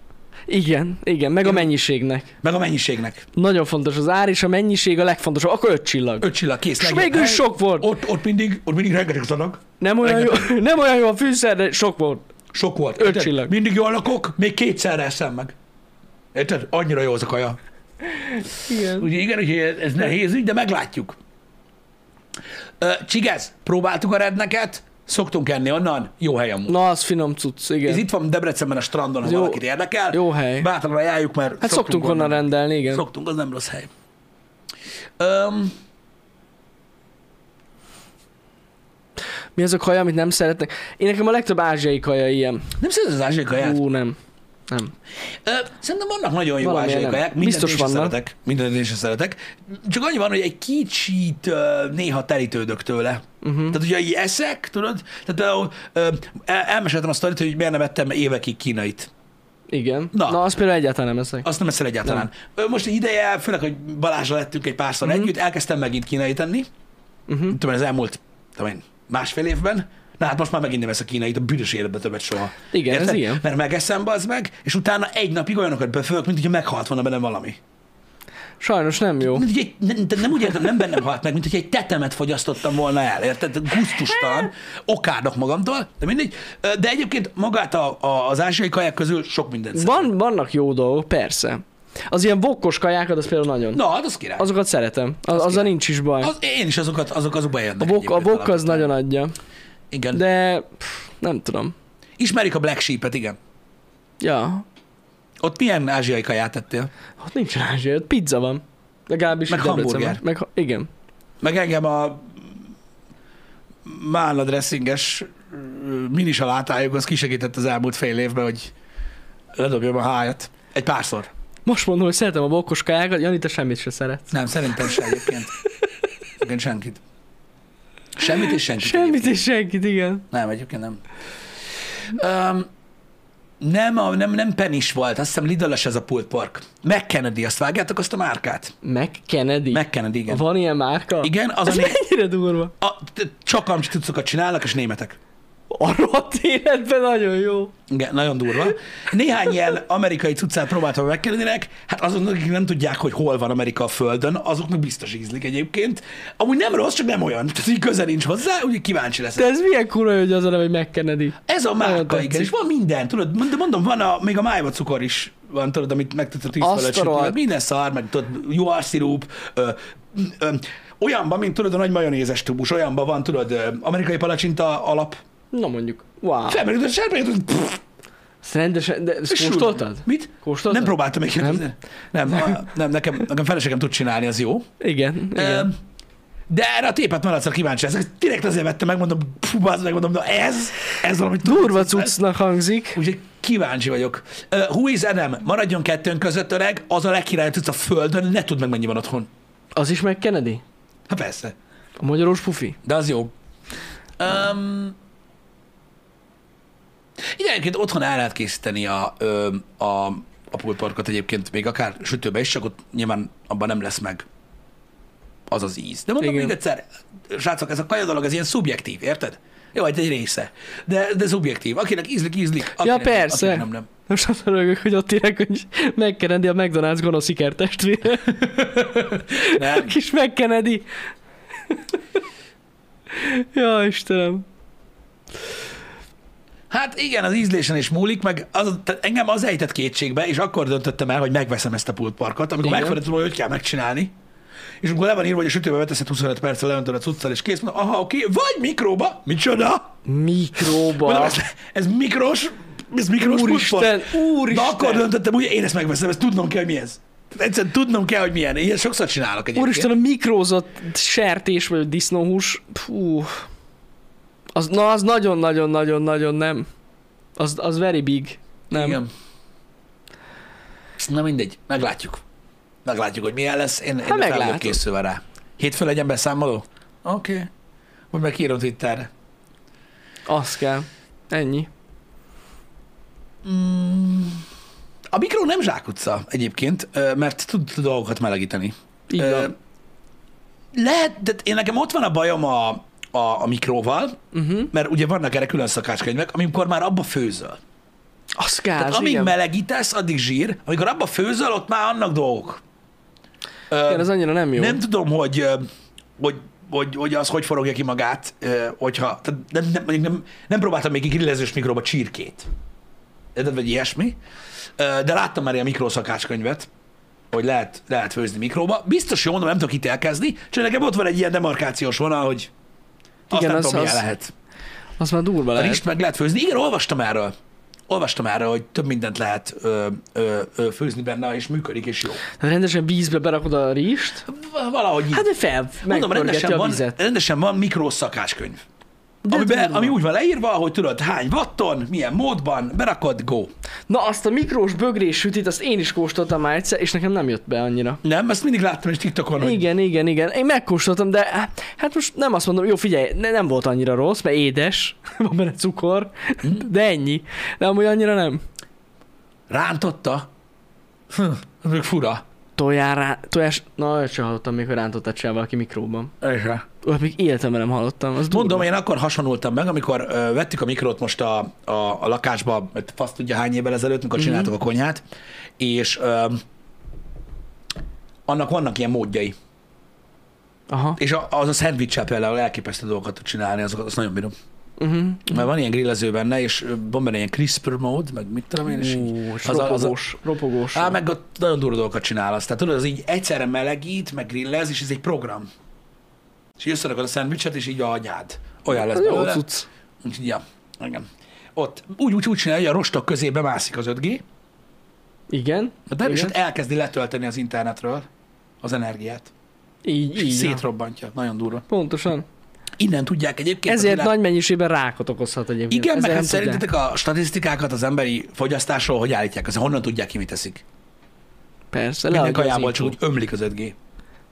B: Igen, igen, meg a mennyiségnek.
A: meg a mennyiségnek.
B: Nagyon fontos az ár, és a mennyiség a legfontosabb. Akkor öt csillag.
A: Öt csillag, kész.
B: És
A: legjobb
B: végül
A: hely.
B: is sok volt.
A: Ott, ott mindig, ott mindig rengeteg az adag.
B: Nem olyan, jó, nem olyan jó a fűszer, de sok volt.
A: Sok volt.
B: Öt
A: Érted?
B: csillag.
A: Mindig jól lakok, még kétszerre eszem meg. Érted? Annyira jó az a kaja.
B: Igen.
A: Ugye igen, ugye ez nehéz ügy, de meglátjuk. Ö, Csigez, próbáltuk a redneket, szoktunk enni onnan, jó hely amúgy.
B: Na, az finom cucc, igen.
A: Ez itt van Debrecenben a strandon, ha
B: Jó-
A: valakit érdekel.
B: jó hely.
A: Bátran ajánljuk, mert
B: Hát szoktunk, onnan rendelni, igen.
A: Szoktunk, az nem rossz hely. Öm,
B: Mi az a kaja, amit nem szeretnek? Én nekem a legtöbb ázsiai kaja ilyen.
A: nem szereted az ázsiai kaját?
B: Ú, nem. Nem.
A: Ö, Szerintem vannak nagyon jó
B: Valamilyen
A: ázsiai
B: nem.
A: kaják, mindent
B: Biztos
A: én sem
B: vannak.
A: szeretek. Mindent én sem szeretek. Csak annyi van, hogy egy kicsit ö, néha terítődök tőle.
B: Mhm.
A: Uh-huh. Tehát ugye így eszek, tudod? Tehát például ö, el- elmeséltem a sztorit, hogy miért nem ettem évekig kínait.
B: Igen.
A: Na.
B: Na, Na azt például egyáltalán nem eszek.
A: Azt nem eszel egyáltalán. Ö, Most egy ideje, főleg, hogy Balázsra lettünk egy párszor
B: Mhm.
A: uh-huh. együtt, elkezdtem megint kínait enni. Uh-huh. Tudom, ez elmúlt tudom én, másfél évben. Na hát most már megint nem eszek kínait, a büdös életben többet soha.
B: Igen, ez
A: Érted?
B: ilyen.
A: Mert megeszem, bazd meg, és utána egy napig olyanokat befőlök, mint hogyha meghalt volna benne valami.
B: Sajnos nem jó.
A: Mint, hogy egy, nem, de nem úgy értem, nem bennem halt meg, mint hogy egy tetemet fogyasztottam volna el, érted? Gusztustalan, okádok magamtól, de mindegy. Ö, De egyébként magát a, a, az ázsiai kaják közül sok mindent szeretem.
B: Van, vannak jó dolgok, persze. Az ilyen vokkos kajákat, az például nagyon.
A: Na, hát az király. Az,
B: Azokat szeretem. Az, azzal
A: király.
B: nincs is baj.
A: az, én is azokat, azok, azok
B: A
A: beérnek.
B: vok, a
A: egyébként
B: vok az
A: alapvetően.
B: nagyon adja.
A: Igen. De...
B: De pff, nem tudom.
A: Ismerik a Black Sheep-et, igen.
B: Ja,
A: Ott milyen ázsiai kaját ettél?
B: ott Hát nincs ázsia, ott pizza van. Legalábbis
A: Meg
B: itt Debrecenben.
A: hamburger.
B: Meg, ha- igen.
A: Meg engem a málna dressinges ö, minisa látájuk, az kisegített az elmúlt fél évben, hogy ledobjam a hájat. Egy párszor.
B: Most mondom, hogy szeretem a vokkos kajákat, Jani, te semmit se szeret.
A: Nem, szerintem se egyébként. Egyébként senkit. Semmit és senkit.
B: Semmit
A: Egyébként.
B: és senkit, igen.
A: Nem, egyébként nem. Um, nem, a, nem, nem penis volt, azt hiszem Lidl-es ez a pult park. McKennedy, azt vágjátok azt a márkát?
B: Meg Kennedy.
A: McKennedy, igen.
B: Van ilyen márka?
A: Igen, az a
B: Ez
A: né-
B: mennyire durva.
A: a, t- csak amcs tudszokat csinálnak, és németek.
B: A rohadt életben nagyon jó.
A: Igen, nagyon durva. Néhány ilyen amerikai cuccát próbáltam megkerülnének, hát azok, akik nem tudják, hogy hol van Amerika a földön, azoknak biztos ízlik egyébként. Amúgy nem rossz, csak nem olyan. Tehát így köze nincs hozzá, úgyhogy kíváncsi leszek.
B: De ez milyen kurva, hogy az a neve, hogy megkenedi.
A: Ez a márka,
B: tetszik.
A: igen, és van minden, tudod, mond- de mondom, van a, még a májva cukor is van, tudod, amit meg tudsz a tíz
B: Azt
A: fölött
B: a
A: sütni,
B: rohadt.
A: meg minden szar, meg tudod, juharszirup, ö, ö, olyanban, mint tudod, a nagy majonézes tubus, olyanban van, tudod, ö, amerikai palacsinta alap,
B: Na mondjuk. Wow.
A: felmerült a serpenyő, tudod, pff,
B: Ezt rendesen, de ezt
A: és
B: kóstoltad?
A: Mit?
B: Kóstoltad?
A: Nem próbáltam még.
B: Nem?
A: Nem, nem, a- nem nekem, nekem feleségem tud csinálni, az jó.
B: Igen, igen.
A: Ö, De erre a tépet malacra kíváncsi leszek. Direkt azért vettem, megmondom, fú, bazd meg, mondom, na ez, ez valami
B: Durva cuccnak hangzik.
A: Úgyhogy kíváncsi vagyok. Uh, who is Adam? Maradjon kettőnk között, öreg, az a legkirályabb tudsz a földön, ne tudd meg, mennyi van otthon.
B: Az is megkenedi?
A: Hát persze,
B: A magyaros pufi?
A: de az jó. Um, igen, egyébként otthon el lehet készíteni a, ö, a, a pulparkot egyébként, még akár sütőbe is, csak ott nyilván abban nem lesz meg az az íz. De mondom
B: Igen.
A: még egyszer, srácok, ez a kaja dolog, ez ilyen szubjektív, érted? Jó, hát egy része. De, de szubjektív. Akinek ízlik, ízlik. Akinek nem,
B: persze.
A: akinek nem, nem.
B: Most azt rögök, hogy ott írek, hogy megkenedi a McDonald's gonosz ikertestvére.
A: nem.
B: Kis megkenedi. ja, Istenem.
A: Hát igen, az ízlésen is múlik, meg az, tehát engem az ejtett kétségbe, és akkor döntöttem el, hogy megveszem ezt a pultparkot, amikor
B: Igen.
A: megfordítom, hogy hogy kell megcsinálni. És amikor le van írva, hogy a sütőbe beteszed 25 perccel, leöntöd a cuccal, és kész, mondom, aha, oké, vagy mikróba, micsoda? Mondom,
B: Mikróba.
A: ez, ez mikros, ez mikros pultpark.
B: Úristen,
A: Na akkor
B: úristen.
A: döntöttem, hogy én ezt megveszem, ezt tudnom kell, mi ez. Tehát Egyszerűen tudnom kell, hogy milyen. Ilyen sokszor csinálok egyébként.
B: Úristen, a mikrózott sertés vagy disznóhús, fú. Az, na, az nagyon-nagyon-nagyon-nagyon nem. Az, az very big. Nem.
A: Igen. Na mindegy, meglátjuk. Meglátjuk, hogy milyen lesz. Én, én fel vagyok
B: meglátod.
A: készülve rá. Hétfő legyen beszámoló? Oké. Okay. Hogy meg kiírom Twitterre.
B: Az kell. Ennyi.
A: Mm. A mikro nem zsákutca egyébként, ö, mert tud tud dolgokat melegíteni.
B: Így
A: Ö,
B: van.
A: Lehet, de én nekem ott van a bajom a, a, a mikróval,
B: Uh-huh.
A: mert ugye vannak erre külön szakácskönyvek, amikor már abba főzöl.
B: Az kell.
A: Tehát
B: az
A: amíg
B: igen.
A: melegítesz, addig zsír, amikor abba főzöl, ott már annak dolgok. Ö,
B: Igen, az annyira nem jó.
A: Nem tudom, hogy, ö, hogy, hogy, hogy az hogy forogja ki magát, ö, hogyha... Tehát nem, nem, mondjuk nem, nem próbáltam még grillezős mikróba csirkét. Érted, vagy ilyesmi. Ö, De láttam már ilyen mikroszakácskönyvet, hogy lehet, lehet főzni mikróba. Biztos jó, mondom, nem tudok ítélkezni, csak nekem ott van egy ilyen demarkációs vonal, hogy azt
B: Igen,
A: nem
B: az-
A: tudom, milyen
B: az
A: lehet.
B: Az már durva
A: A
B: lehet.
A: rist meg lehet főzni. Igen, olvastam erről. Olvastam erről, hogy több mindent lehet ö, ö, ö, főzni benne, és működik, és jó.
B: Hát rendesen vízbe berakod a rist.
A: Valahogy így.
B: Hát de fel,
A: Mondom, rendesen
B: a
A: van,
B: vizet.
A: rendesen van mikroszakácskönyv.
B: De
A: Amiben,
B: durva.
A: ami úgy van leírva, hogy tudod, hány watton, milyen módban, berakod, go.
B: Na azt a mikrós bögrés sütit, azt én is kóstoltam már egyszer, és nekem nem jött be annyira.
A: Nem, ezt mindig láttam is TikTokon, hogy
B: Igen, igen, igen. Én megkóstoltam, de hát most nem azt mondom, jó, figyelj, ne, nem volt annyira rossz, mert édes, van benne cukor, de ennyi. De amúgy annyira nem.
A: rántotta. Hm, ez még fura.
B: Tojár, rá, tojás, na olyat sem hallottam még, hogy rántottad se valaki mikróban. Olyat hát még életemben nem hallottam, az
A: Mondom,
B: durva.
A: én akkor hasonultam meg, amikor ö, vettük a mikrot most a, a, a lakásba, mert fasz tudja hány évvel ezelőtt,
B: Mhm.
A: mikor csináltuk a konyhát, és ö, annak vannak ilyen módjai.
B: Aha.
A: És a, az a szendvicssel például elképesztő dolgokat tud csinálni, azokat azt nagyon bírom.
B: Uh-huh.
A: Mert van ilyen grillező benne, és ö, van benne ilyen CRISPR mód, meg mit tudom én, és így
B: Ú, és
A: az a- az a-
B: ropogós, ropogós.
A: Á, meg ott nagyon durva dolgokat csinálsz. Tehát tudod, az így egyszerre melegít, meg grillez, és ez egy program. És így összerakod a szendvicset, és így a agyád. Olyan lesz
B: Ez jó
A: belőle.
B: cucc.
A: Úgyhogy, ja, igen. Ott úgy, úgy, úgy csinálja, hogy a rostok közé bemászik az 5G,
B: Igen.
A: de nem is
B: Igen.
A: ott elkezdi letölteni az internetről az energiát.
B: Így,
A: És
B: így.
A: így
B: ja.
A: szétrobbantja. Nagyon durva.
B: Pontosan.
A: Innen tudják egyébként.
B: Ezért
A: a világ-
B: nagy mennyiségben rákot okozhat egyébként.
A: Igen, meg
B: Ezért
A: hát
B: nem tudják.
A: szerintetek a statisztikákat az emberi fogyasztásról hogy állítják? Az honnan tudják ki, mit eszik?
B: Persze,
A: Minden
B: leadja az
A: kajából csak
B: infót.
A: úgy ömlik az 5G.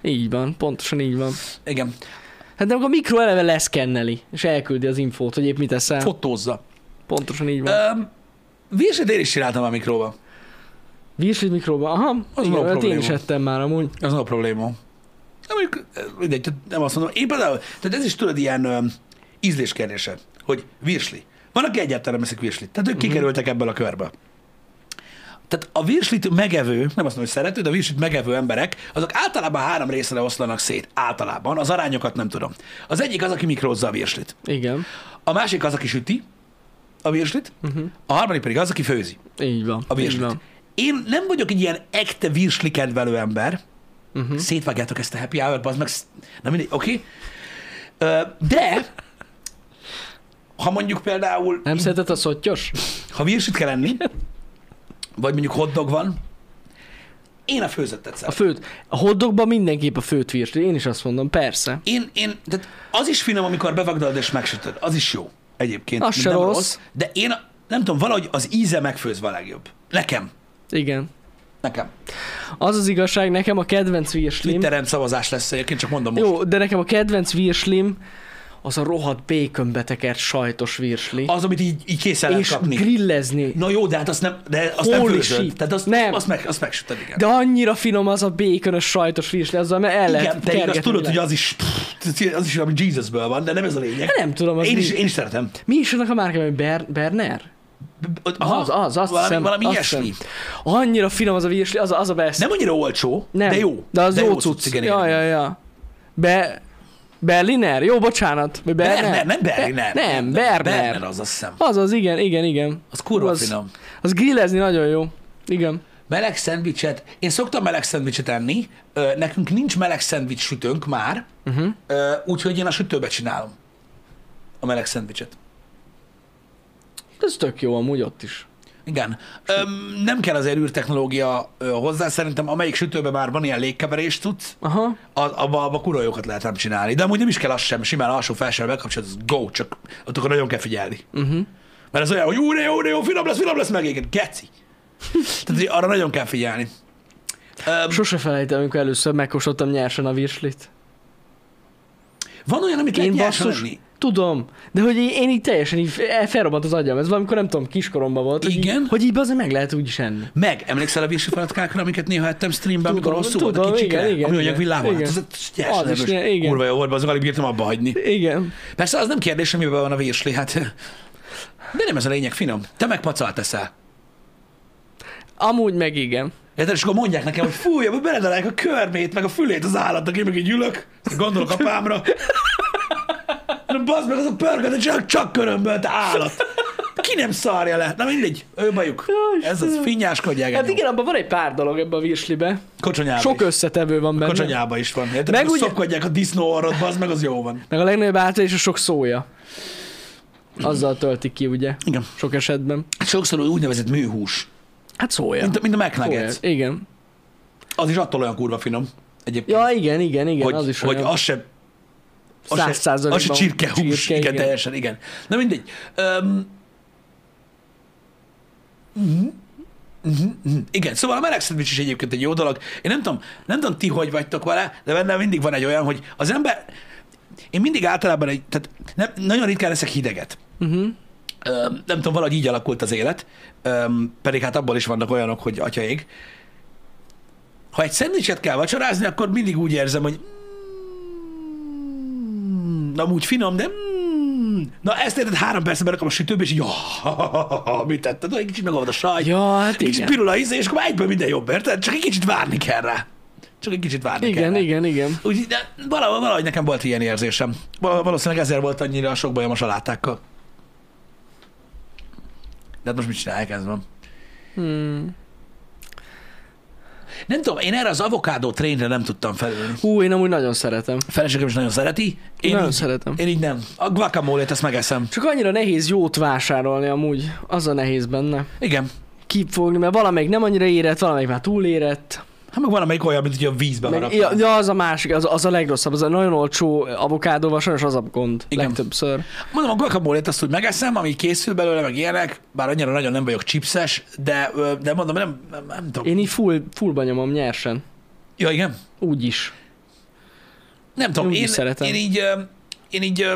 B: Így van, pontosan így van.
A: Igen,
B: Hát de akkor a mikro eleve leszkenneli, és elküldi az infót, hogy épp mit eszel.
A: fotózza.
B: pontosan így van.
A: Um, Virset én is csináltam a mikróba.
B: Virslit mikróba, aha,
A: az van
B: igen, olyat én
A: probléma.
B: is ettem már amúgy.
A: Az nem a probléma. Nem, mondjuk, eh, mindegy, tehát nem azt mondom. Én például, tehát ez is tudod ilyen ö, ízlés kérdése, hogy virsli. Van, aki egyáltalán nem eszik virslit. Tehát ők kikerültek ebből a körből. Tehát a virslit megevő, nem azt mondom, hogy szerető, de a virslit megevő emberek, azok általában három részre oszlanak szét. Általában. Az arányokat nem tudom. Az egyik az, aki mikrózza a virslit.
B: Igen,
A: A másik az, aki süti a virslit. Uh-huh. A harmadik pedig az, aki főzi
B: így van.
A: a
B: így
A: virslit.
B: van.
A: Én nem vagyok egy ilyen ekte virsli kedvelő ember.
B: Mhm.
A: Uh-huh. Szétvágjátok ezt a happy hour az meg... sz- Na mindegy, oké. Ö, De, ha mondjuk például,
B: Nem szeretett a szottyos?
A: ha virslit kell enni, vagy mondjuk hotdog van, én a főzettet
B: A
A: szeretem.
B: főt. A hotdogban mindenképp a főt virsli. Én is azt mondom, persze.
A: Én, én, tehát az is finom, amikor bevagdalod és megsütöd. Az is jó egyébként.
B: Az se
A: nem
B: rossz.
A: De én a- nem tudom, valahogy az íze megfőzve a legjobb. Nekem.
B: Igen.
A: Nekem.
B: Az az igazság, nekem a kedvenc virslim...
A: Twitteren szavazás lesz egyébként, csak mondom most.
B: Jó, de nekem a kedvenc virslim az a rohadt békönbe tekert sajtos virsli.
A: Az, amit így, így készen lehet
B: és
A: kapni.
B: grillezni.
A: Na jó, de hát azt nem, de azt nem
B: Holy
A: főzöd.
B: shit.
A: Tehát azt, nem.
B: Nem.
A: azt, meg, azt megsütöd, igen.
B: De annyira finom az a békönös sajtos virsli, azzal mert el
A: igen,
B: lehet
A: te igaz,
B: kergetni
A: tudod,
B: le.
A: hogy az is, pff, az is valami Jesusből van, de nem ez a lényeg.
B: Hát Nem tudom, az
A: Én is,
B: mi.
A: én is szeretem.
B: Mi is annak a márka, hogy Ber- Berner?
A: Aha,
B: az, az, azt
A: valami,
B: hiszem,
A: valami
B: azt
A: ilyesmi.
B: hiszem. Annyira finom az a virsli, az, a- az a best.
A: Nem annyira olcsó,
B: Nem.
A: de jó.
B: De az
A: de
B: jó cucc.
A: igen,
B: ja,
A: igen.
B: ja, ja. Be... Berliner? Jó, bocsánat. Vagy Berner?
A: Berner, nem Berliner.
B: Be- nem, Berner.
A: Berner az, azt hiszem.
B: Az az, igen, igen, igen.
A: Az kurva
B: az,
A: finom.
B: Az grillezni nagyon jó. Igen.
A: Meleg szendvicset. Én szoktam meleg szendvicset enni. Ö, Nekünk nincs meleg szendvics sütőnk már, uh-huh. úgyhogy én a sütőbe csinálom a meleg szendvicset.
B: Ez tök jó amúgy ott is.
A: Igen. Öm, nem kell azért űrtechnológia ö, hozzá, szerintem amelyik sütőben már van ilyen légkeverés tudsz,
B: Aha.
A: az- abba, abba kurva jókat lehet nem csinálni. De amúgy nem is kell az sem, simán alsó felső bekapcsolod, az go, csak ott akkor nagyon kell figyelni. Uh-huh. Mert ez olyan, hogy úr, jó, de jó, finom lesz, finom lesz, megéged, geci. Tehát hogy arra nagyon kell figyelni. Öm,
B: Sose felejtem, amikor először megkóstoltam nyersen a virslit.
A: van olyan, amit lehet
B: Én
A: nyersen
B: basszus,
A: enni?
B: tudom, de hogy én, én így teljesen így el- felrobbant az agyam. Ez valamikor nem tudom, kiskoromban volt. Hogy
A: Igen?
B: így, hogy így azért meg lehet úgy is enni.
A: Meg, emlékszel a virsi falatkákra, amiket néha ettem streamben, amikor
B: Tudom,
A: hosszú volt a
B: tudom,
A: kicsikre,
B: igen, igen,
A: ami
B: igen.
A: anyag villámot.
B: Igen.
A: Hát Ez ez nyersen
B: Az is,
A: erős.
B: igen.
A: Kurva jó volt, azok alig bírtam abba hagyni.
B: Igen.
A: Persze az nem kérdés, hogy miben van a virsli, hát... De nem ez a lényeg, finom. Te meg pacalt eszel.
B: Amúgy meg igen.
A: Érted? És akkor mondják nekem, hogy fúj, abba beledarálják a körmét, meg a fülét az állatnak, én meg így ülök, gondolok apámra. Na bazd meg, az a pörkölt, csak, csak körömbölt állat. Ki nem szarja le? Na mindegy, ő bajuk. Ez az, finnyáskodják.
B: Hát igen, abban van egy pár dolog ebbe a virslibe.
A: Kocsonyába
B: Sok
A: is.
B: összetevő van benne.
A: Kocsonyába is van. Érted?
B: Meg
A: Meg
B: ugye-
A: Szopkodják a disznó orrot, bazd meg, az jó van.
B: Meg a legnagyobb átverés a sok szója. Azzal töltik ki, ugye?
A: Igen.
B: Sok esetben.
A: Sokszor úgynevezett műhús.
B: Hát szója.
A: Mint, a- mint a
B: Szója.
A: McNuggets.
B: Igen.
A: Az is attól olyan kurva finom. Egyébként.
B: Ja, igen, igen, igen,
A: hogy,
B: az is
A: hogy
B: olyan.
A: az se az
B: Száz
A: se, az se
B: százalékban
A: csirkehús,
B: csirke,
A: igen,
B: igen.
A: teljesen, igen. Na mindegy. Um, Mhm. igen, szóval a meleg szendvics is egyébként egy jó dolog. Én nem tudom, nem tudom ti, hogy vagytok vele, de bennem mindig van egy olyan, hogy az ember... Én mindig általában egy... Tehát nem, nagyon ritkán leszek hideget. Uh-huh. Um, nem tudom, valahogy így alakult az élet. Um, pedig hát abból is vannak olyanok, hogy atyaég. Ha egy szendvicset kell vacsorázni, akkor mindig úgy érzem, hogy mm, amúgy finom, de mm, na ezt érted három percben berakom a sütőbe, és így oh, mit tetted? Egy kicsit megolvad a sajt.
B: Ja, hát
A: Kicsit
B: igen.
A: pirula íze, és akkor már egyből minden jobb, érted? Csak egy kicsit várni kell rá. Csak egy kicsit várni kell
B: Igen,
A: rá.
B: igen, igen.
A: Úgy, de valahogy, valahogy nekem volt ilyen érzésem. Val- Valószínűleg ezért volt annyira sok bajom a salátákkal. De hát most mit csinálják, ez van.
B: Hmm.
A: Nem tudom, én erre az avokádó trénre nem tudtam felülni.
B: Hú, én amúgy nagyon szeretem.
A: A feleségem is nagyon szereti. Én,
B: Én nagyon
A: így,
B: szeretem.
A: én így nem. A guacamole-t ezt megeszem.
B: Csak annyira nehéz jót vásárolni amúgy. Az a nehéz benne.
A: Igen.
B: Kifogni, mert valamelyik nem annyira érett, valamelyik már túlérett.
A: Hát meg valamelyik olyan, mint hogy a vízbe
B: Meg,
A: marad.
B: ja, ja, az a másik, az, az a legrosszabb, az a nagyon olcsó avokádóval, sajnos az a gond
A: Igen.
B: Igen. legtöbbször.
A: Mondom, a guacamole-t azt úgy megeszem, ami készül belőle, meg ilyenek, bár annyira nagyon nem vagyok chipses, de, ö, de mondom, nem, nem, nem tudom.
B: Én így full, fullba nyomom nyersen.
A: Ja, igen.
B: Úgy is.
A: Nem tudom,
B: Én úgy
A: én,
B: is szeretem.
A: én így, ö, én így ö,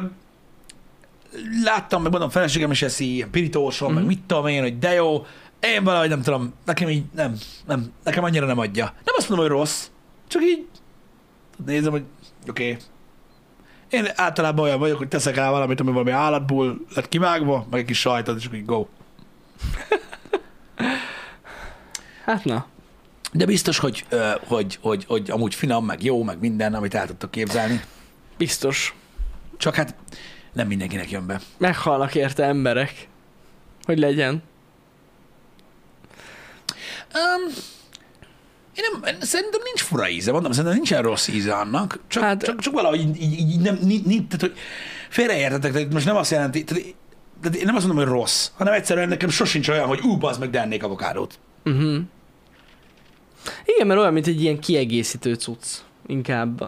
A: láttam, meg mondom, feleségem is eszi ilyen pirítóson, mm-hmm. meg mit tudom én, hogy de jó, én valahogy nem tudom, nekem így nem, nem, nekem annyira nem adja. Nem azt mondom, hogy rossz, csak így nézem, hogy oké, okay. Én általában olyan vagyok, hogy teszek rá valamit, ami valami állatból lett kivágva, meg egy kis sajtot, és akkor így go.
B: Hát na.
A: De biztos, hogy, ö, hogy, hogy, hogy amúgy finom, meg jó, meg minden, amit el tudtok képzelni.
B: Biztos.
A: Csak hát nem mindenkinek jön be.
B: Meghalnak érte emberek. Hogy legyen.
A: Um, én nem, szerintem nincs fura íze, mondom, szerintem nincsen rossz íze annak, csak, hát,
B: Hát-
A: csak, csak valahogy így, így, így nem, így, így, tehát, hogy félreértetek, tehát itt most nem azt jelenti, tehát, tehát én nem azt mondom, hogy rossz, hanem egyszerűen nekem sosincs olyan, hogy ú, bazd meg, de ennék avokádót.
B: Uh-huh. Igen, mert olyan, mint egy ilyen kiegészítő cucc. Inkább.
A: Ö,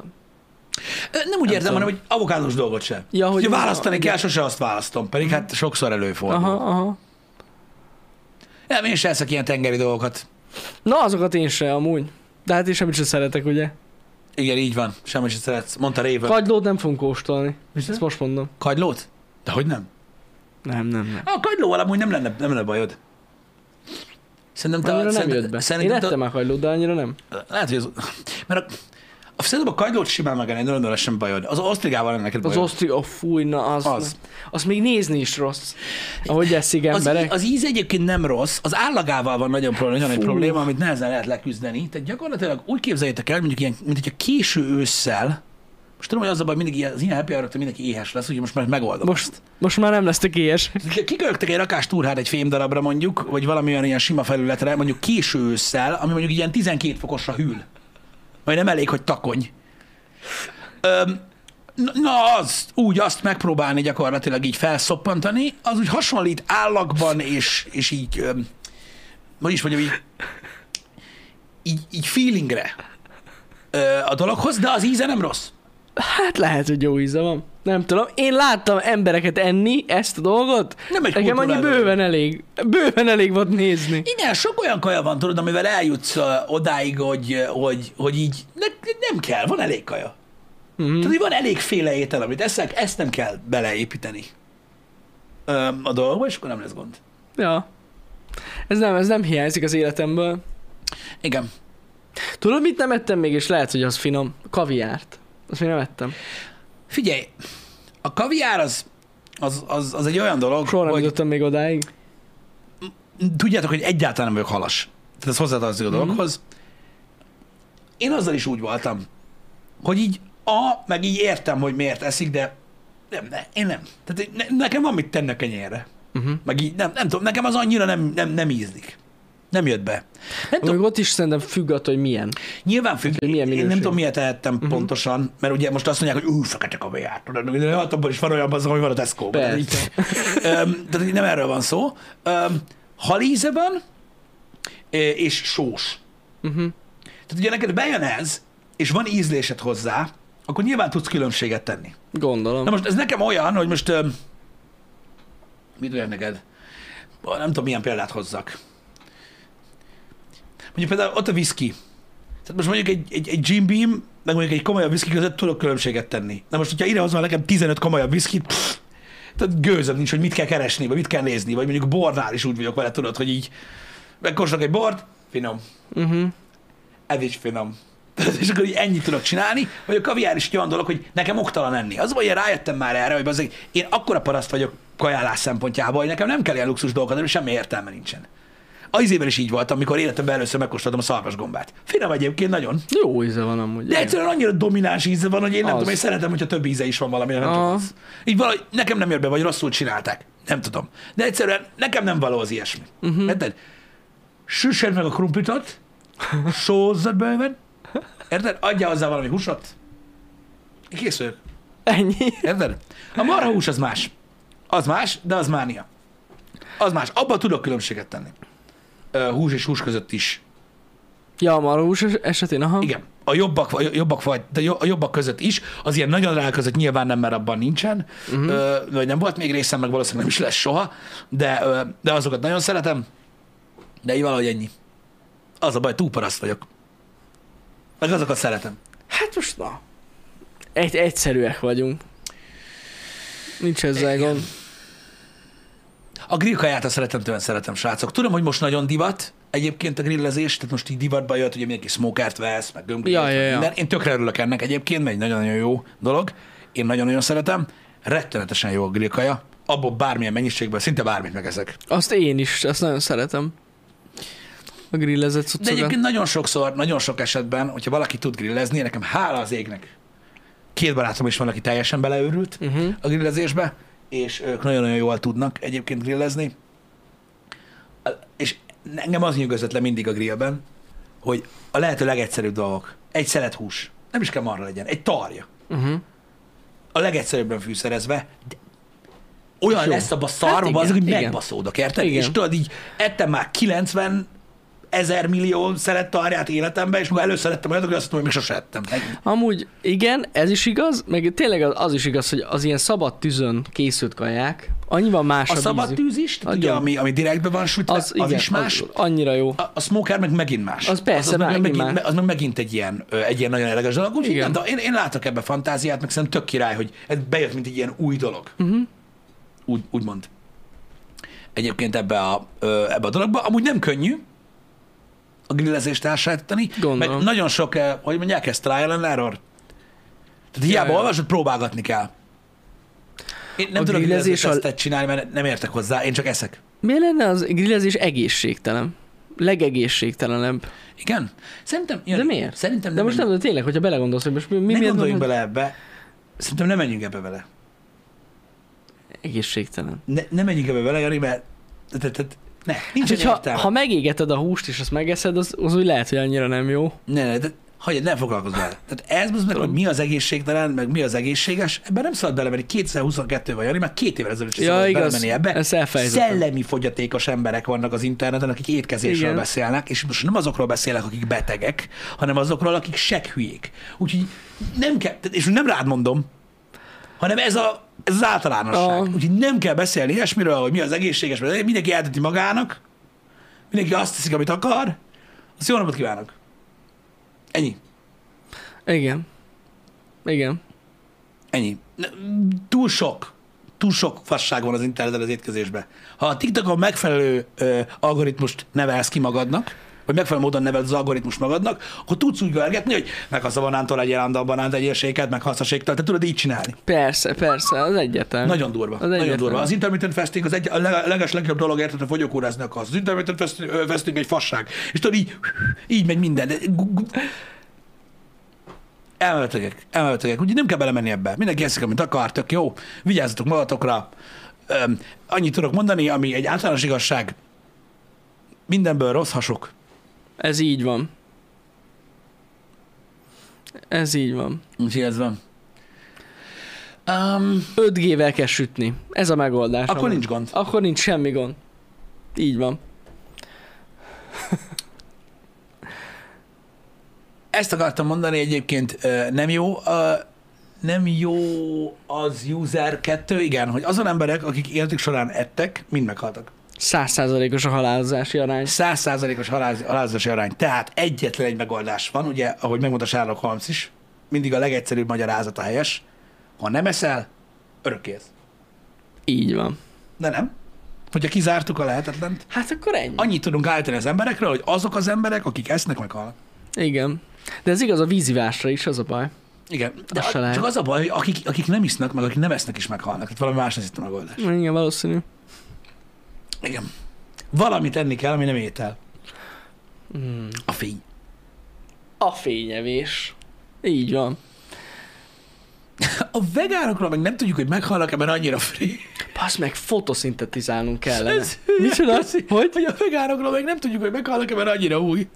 A: Nem úgy nem értem,
B: tudom.
A: hanem, hogy avokádós dolgot sem.
B: Ja, hogy-
A: hogy választani
B: ja,
A: kell,
B: igen.
A: sose azt választom, pedig hát sokszor előfordul.
B: Aha,
A: Aha.
B: aha.
A: Nem, én sem eszek ilyen tengeri dolgokat.
B: Na, azokat én se amúgy. De hát én semmit sem szeretek, ugye?
A: Igen, így van, semmit sem szeretsz. Mondta Réven. Kagy...
B: Kagylót nem fogunk kóstolni. Ezt most mondom.
A: Kagylót? De hogy nem?
B: Nem, nem, nem.
A: A kagylóval amúgy nem lenne, nem lenne bajod. Szerintem
B: Annyira nem
A: szerintem-
B: jött be. Én
A: Szerintem te-
B: ettem már kagylót, de annyira nem.
A: Lehet, hogy az... Mert a, a, szerintem a kagylót simán megenni, nagyon nagyon sem bajod. Az osztrigával lenne neked
B: Az
A: bajod.
B: osztri, a fúj, na az.
A: Az.
B: Az. az még nézni is rossz. Ahogy eszik
A: az,
B: emberek.
A: az íz egyébként nem rossz, az állagával van nagyon probléma, nagyon nagy
B: Fú.
A: probléma, amit nehezen lehet leküzdeni. Tehát gyakorlatilag úgy képzeljétek el, mondjuk ilyen, mint hogyha késő ősszel, most tudom, hogy az a baj, mindig ilyen, az ilyen happy hour mindenki éhes lesz, úgyhogy most már megoldom.
B: Most, most már nem lesztek ilyes.
A: Kikölögtek egy rakás túrhát egy fém darabra mondjuk, vagy valamilyen ilyen sima felületre, mondjuk késő ősszel, ami mondjuk ilyen 12 fokosra hűl. Vagy nem elég, hogy takony. Öm, na- na az, úgy azt megpróbálni gyakorlatilag így felszoppantani, az úgy hasonlít állagban, és, és így, öm, hogy is mondjam, így, így, így feelingre ö, a dologhoz, de az íze nem rossz.
B: Hát lehet, hogy jó íze van. Nem tudom. Én láttam embereket enni ezt a dolgot.
A: Nem egy
B: Nekem annyi
A: kulturális dolog.
B: bőven elég. Bőven elég volt nézni.
A: Igen, sok olyan kaja van, tudod, amivel eljutsz ö, odáig, hogy, ö, hogy, hogy így ne, nem kell, van elég kaja. Mm-hmm.
B: Mhm.
A: Tehát, hogy van elégféle étel, amit eszek, ezt nem kell beleépíteni ö, a dolgokba, és akkor nem lesz gond.
B: Ja. Ez nem, ez nem hiányzik az életemből.
A: Igen.
B: Tudod, mit nem ettem még, és lehet, hogy az finom. Kaviárt. Azt még nem ettem.
A: Figyelj, a kaviár az, az, az, az egy olyan dolog,
B: Soha nem
A: hogy
B: jutottam még odáig.
A: tudjátok, hogy egyáltalán nem vagyok halas. Tehát ez hozzátartozik a dologhoz. Én azzal is úgy voltam, hogy így a, meg így értem, hogy miért eszik, de nem, ne, én nem. Tehát én- ne, nekem van mit tenni a kenyérre.
B: Uh-huh.
A: Meg így nem, nem tudom, nekem az annyira nem, nem, nem ízlik. Nem jött be. Nem tudom,
B: Még ott is szerintem függ attól, hogy milyen.
A: nyilván függ,
B: hogy milyen Mhm.
A: én nem
B: minőség.
A: tudom, miért tehettem uh-huh. pontosan, mert ugye most azt mondják, hogy ú, fekete kaviár, tudod, de hát abban is van olyan bazd, hogy van a tesco
B: Persze.
A: Tehát így nem erről van szó. Öm, halízeben ö, és sós.
B: Uh-huh.
A: Tehát ugye neked bejön ez, és van ízlésed hozzá, akkor nyilván tudsz különbséget tenni.
B: Gondolom.
A: Na most ez nekem olyan, hogy most... öm, Mit olyan neked? Ó, Nem tudom, milyen példát hozzak. Mondjuk például ott a whisky. Tehát most mondjuk egy, egy, egy Jim Beam, meg mondjuk egy komolyabb whisky között tudok különbséget tenni. Na most, hogyha ide hozol nekem 15 komolyabb whiskyt, pff, tehát gőzöm nincs, hogy mit kell keresni, vagy mit kell nézni, vagy mondjuk bornál is úgy vagyok vele, tudod, hogy így megkóstolok egy bort, finom
B: Uh-huh.
A: ez is finom. És akkor így ennyit tudok csinálni, vagy a kaviár is egy olyan dolog, hogy nekem oktalan enni. Az vagy, rájöttem már erre, hogy azért én akkora paraszt vagyok kajálás szempontjából, hogy nekem nem kell ilyen luxus dolgokat, mert semmi értelme nincsen. Az izében is így volt, amikor életemben először megkóstoltam a szarvasgombát. Finom egyébként nagyon.
B: Jó íze van amúgy.
A: De
B: igen.
A: egyszerűen annyira domináns íze van, hogy én nem
B: Az.
A: tudom, én szeretem, hogyha több íze is van valami, nem csak
B: Aha.
A: az. Így valahogy nekem nem jött be, vagy rosszul csinálták. Nem tudom. De egyszerűen nekem nem való az ilyesmi.
B: Mhm.
A: Uh-huh. Érted? Süssed meg a krumplitot, sózzad bőven, érted? Adjál hozzá valami húsot. Én Kész vagyok.
B: Ennyi.
A: Érted? A marhahús az más. Az más, de az mánia. Az más. Abba tudok különbséget tenni. Ö, Hús és hús között is.
B: Ja, a marhús es- esetén, aha.
A: Igen. A jobbak, a jobbak, vagy, de jo- a jobbak között is, az ilyen nagyon drága között nyilván nem, mert abban nincsen, uh-huh. ö, vagy nem volt még részem, meg valószínűleg nem is lesz soha, de, ö, de azokat nagyon szeretem, de így valahogy ennyi. Az a baj, túlparaszt vagyok. Meg azokat szeretem.
B: Hát most na. Egy, egyszerűek vagyunk. Nincs ezzel gond.
A: A grillkaját azt rettentően szeretem, srácok. Tudom, hogy most nagyon divat egyébként a grillezés, tehát most így divatba jött, hogy mindenki smokert vesz, meg gömbölyt,
B: Ja, ja, ja.
A: minden. Én tökre örülök ennek egyébként, mert egy nagyon-nagyon jó dolog. én nagyon-nagyon szeretem, rettenetesen jó a grillkaja, abból bármilyen mennyiségben, szinte bármit megeszek.
B: Azt én is, azt nagyon szeretem. A grillezett
A: De
B: cuccokat.
A: egyébként nagyon sokszor, nagyon sok esetben, hogyha valaki tud grillezni, nekem hála az égnek. Két barátom is van, aki teljesen beleőrült
B: Uh-huh.
A: a grillezésbe, és ők nagyon-nagyon jól tudnak egyébként grillezni. És engem az nyugodott le mindig a grillben, hogy a lehető legegyszerűbb dolgok. Egy szelet hús. Nem is kell marra legyen. Egy tarja.
B: Uh-huh.
A: A legegyszerűbben fűszerezve, de olyan
B: És jó.
A: lesz abba
B: Hát
A: szarba,
B: igen,
A: hát hogy
B: igen.
A: megbaszódok, érted?
B: Igen.
A: És tudod, így ettem már 90 ezer millió szelet tarját életemben, és maga először ettem olyat, hogy azt mondom, hogy még sose ettem.
B: Amúgy igen, ez is igaz, meg tényleg az, az is igaz, hogy az ilyen szabad tűzön készült kaják, annyival más
A: A szabad
B: ízük.
A: tűz is, tehát ugye,
B: Nagyon.
A: ami, ami direktben van sütve, az, az is más.
B: Az annyira jó.
A: A, a smoker meg megint más.
B: Az persze,
A: az, meg-
B: megint
A: megint,
B: más.
A: me- az meg megint egy ilyen, ö, egy ilyen nagyon eleges dolog. Úgyhogy
B: Igen.
A: igen, de én, én látok ebbe fantáziát, meg szerintem tök király, hogy ez bejött, mint egy ilyen új dolog.
B: Mhm.
A: Uh-huh. Úgy, úgymond. Egyébként ebbe a, ö, ebbe a dologba. Amúgy nem könnyű a grillezést elsajáttani,
B: Gondolom.
A: mert nagyon sok, ö, hogy mondják ezt, trial and error. Tehát hiába
B: ja.
A: olvasod, próbálgatni kell. Én nem
B: A
A: a tudok
B: grillezés
A: grillezés
B: a-
A: tesztet csinálni, mert nem értek hozzá, én csak eszek.
B: Miért lenne az grillezés egészségtelen? Legegészségtelenebb.
A: Igen? Szerintem, Jani,
B: De miért?
A: Szerintem
B: De most nem, de tényleg, hogyha belegondolsz, hogy most mi, mi
A: Mi ne
B: miért
A: gondoljunk
B: van,
A: bele ebbe. Szerintem nem menjünk ebbe vele.
B: egészségtelen?
A: Ne, ne menjünk ebbe vele, Jani, mert te, te, te, ne, nincs hát,
B: Hát, hogyha,
A: értelme.
B: ha megégeted a húst és azt megeszed, az, az úgy lehet, hogy annyira nem jó.
A: Ne, ne, te, hagyjad, ne foglalkozz vele. Tehát ez az meg, hogy
B: Tudom.
A: mi az egészségtelen, meg mi az egészséges, ebben nem szabad belemenni. 2022-ben, Jani, már két évvel ezelőtt sem
B: Ja,
A: szabad
B: igaz.
A: belemenni ebbe.
B: Ezt elfelejtettem.
A: Szellemi fogyatékos emberek vannak az interneten, akik étkezésről
B: Igen.
A: beszélnek, és most nem azokról beszélek, akik betegek, hanem azokról, akik sekhülyék. Úgyhogy nem kell, tehát- és nem rád mondom, hanem ez, a, ez az általánosság.
B: Aha.
A: Úgyhogy nem kell beszélni ilyesmiről, hogy mi az egészséges, mert mindenki eldönti magának, mindenki azt teszik, amit akar, azt jó napot kívánok. Ennyi.
B: Igen. Igen.
A: Ennyi. Ne- m, Túl sok, túl sok fasság van az interneten az étkezésben. Ha a TikTokon megfelelő ö, algoritmust nevelsz ki magadnak, vagy megfelelő módon neveled az algoritmus magadnak, akkor tudsz úgy görgetni, hogy meghasz a banántól egy a banánt, egy érséket, meghasz a séktől, te tudod így csinálni.
B: Persze, persze, az egyetem.
A: Nagyon durva. Az nagyon
B: egyetlen.
A: durva. Az intermittent fasting az egy, a leg- leges legjobb dolog, érted, hogy fogyókúrázni akarsz. Az intermittent fast- ö, fasting egy fasság. És tudod, így, így megy minden. De gu- gu- Elmebetegek, elmebetegek. Úgyhogy nem kell belemenni ebbe. Mindenki eszik, amit akar, tök jó. Vigyázzatok magatokra. Öm, annyit tudok mondani, ami egy általános igazság. Mindenből rossz hasok.
B: Ez így van. Ez így van.
A: Úgyhogy ez van. Um,
B: 5G-vel kell sütni. Ez a megoldás.
A: akkor
B: amúgy.
A: nincs gond.
B: Akkor nincs semmi gond. Így van.
A: Ezt akartam mondani egyébként, ö, nem jó, ö, nem jó az user 2, igen, hogy azon emberek, akik életük során ettek, mind meghaltak.
B: Százszázalékos a halálozási arány.
A: Százszázalékos haláz- halálozási arány. Tehát egyetlen egy megoldás van, ugye, ahogy megmondta Sherlock Holmes is, mindig a legegyszerűbb magyarázat a helyes. Ha nem eszel, örökkész.
B: Így van.
A: De nem. Hogyha kizártuk a lehetetlent,
B: Hát akkor ennyi.
A: annyit tudunk állítani az emberekről, hogy azok az emberek, akik esznek, meghalnak.
B: Igen. De ez igaz a vízivásra is, az a baj.
A: Igen, de
B: Azt se
A: a,
B: lehet.
A: csak az a baj, hogy akik, akik nem isznak, meg akik nem esznek is meghalnak. Tehát valami más lesz itt a megoldás.
B: Igen, valószínű.
A: Igen. Valamit enni kell, ami nem étel.
B: Mm.
A: A fény.
B: A fényevés. Így van.
A: A vegánokról meg nem tudjuk, hogy meghalnak-e, mert annyira free.
B: Basz meg, fotoszintetizálnunk kellene.
A: Ez-
B: Micsoda? Hogy?
A: Hogy a vegánokról meg nem tudjuk, hogy meghalnak-e, mert annyira új.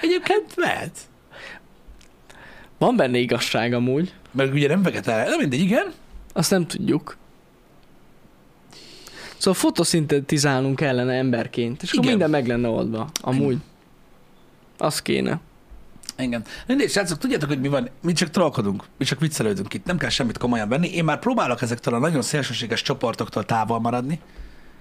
A: Egyébként lehet.
B: Van benne igazság amúgy.
A: Mert ugye nem vegetál, de mindegy, igen.
B: Azt nem tudjuk. Szóval fotoszintetizálnunk kellene emberként, és akkor
A: Igen.
B: minden meg lenne oldva. Amúgy. Az kéne.
A: Igen. Mindegy, srácok, tudjátok, hogy mi van? Mi csak trollkodunk, mi csak viccelődünk itt, nem kell semmit komolyan venni. Én már próbálok ezektől a nagyon szélsőséges csoportoktól távol maradni.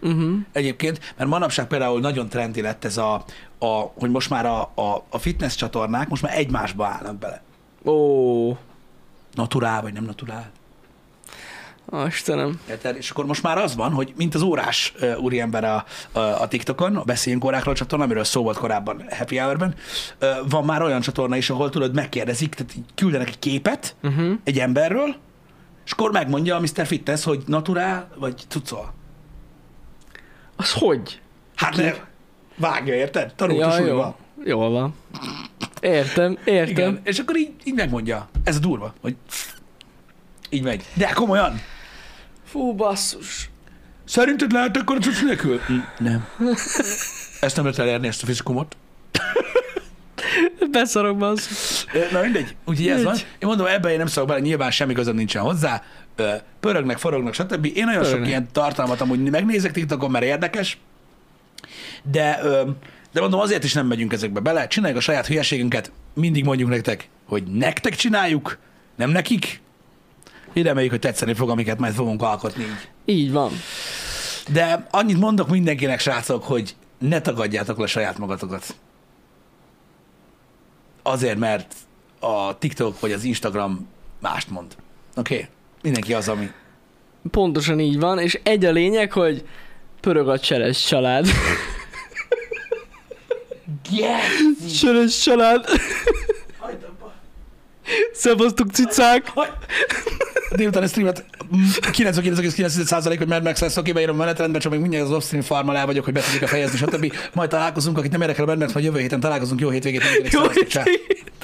B: Uh-huh.
A: egyébként, mert manapság például nagyon trendi lett ez a, a hogy most már a, a, a fitness csatornák most már egymásba állnak bele.
B: Ó,
A: Naturál vagy nem naturál.
B: Ó, Istenem.
A: Érted? És akkor most már az van, hogy mint az órás ö, úriember a, a, a TikTokon, a Beszéljünk órákról csatorna, amiről szó volt korábban Happy Hour-ben, ö, van már olyan csatorna is, ahol tudod, megkérdezik, tehát így küldenek egy képet uh-huh. egy emberről, és akkor megmondja a Mr. Fitness, hogy naturál vagy cucol.
B: Az hogy?
A: Hát nem. Vágja, érted? Tanult ja, a
B: Ja,
A: súlyba.
B: jó. Jól van. Értem, értem.
A: Igen, és akkor így, így megmondja. Ez a durva, hogy így megy. De komolyan!
B: Fú, basszus.
A: Szerinted lehet akkor a cucc nélkül? Hm, Nem. Ezt nem lehet elérni, ezt a fizikumot.
B: Beszarok, basszus.
A: Ö, Na mindegy, úgyhogy ez
B: Így.
A: van. Én mondom, ebben én nem szólok bele, nyilván semmi közöm nincsen hozzá. Ö, Pörögnek, forognak, stb. Én nagyon sok
B: Pörögnek.
A: ilyen tartalmat amúgy megnézek TikTokon, mert érdekes. De, ö, de mondom, azért is nem megyünk ezekbe bele. Csináljuk a saját hülyeségünket. Mindig mondjuk nektek, hogy nektek csináljuk, nem nekik. Én reméljük, hogy tetszeni fog, amiket majd fogunk alkotni így.
B: Így van.
A: De annyit mondok mindenkinek, srácok, hogy ne tagadjátok le saját magatokat. Azért, mert a TikTok vagy az Instagram mást mond. Oké? Okay? Mindenki az, ami.
B: Pontosan így van, és egy a lényeg, hogy pörög a cseres család.
A: Yes!
B: Cseres család. Szevasztok, cicák.
A: Délután a streamet mm, 99,9% hogy Mad Max lesz, oké, beírom a menetrendbe, csak még mindjárt az offstream farmal el vagyok, hogy be tudjuk a fejezni, stb. Majd találkozunk, akit nem érdekel a Mad Max, majd jövő héten találkozunk, jó hétvégét mindenkinek,
B: Jó,
A: szevasztok, csá.
B: így-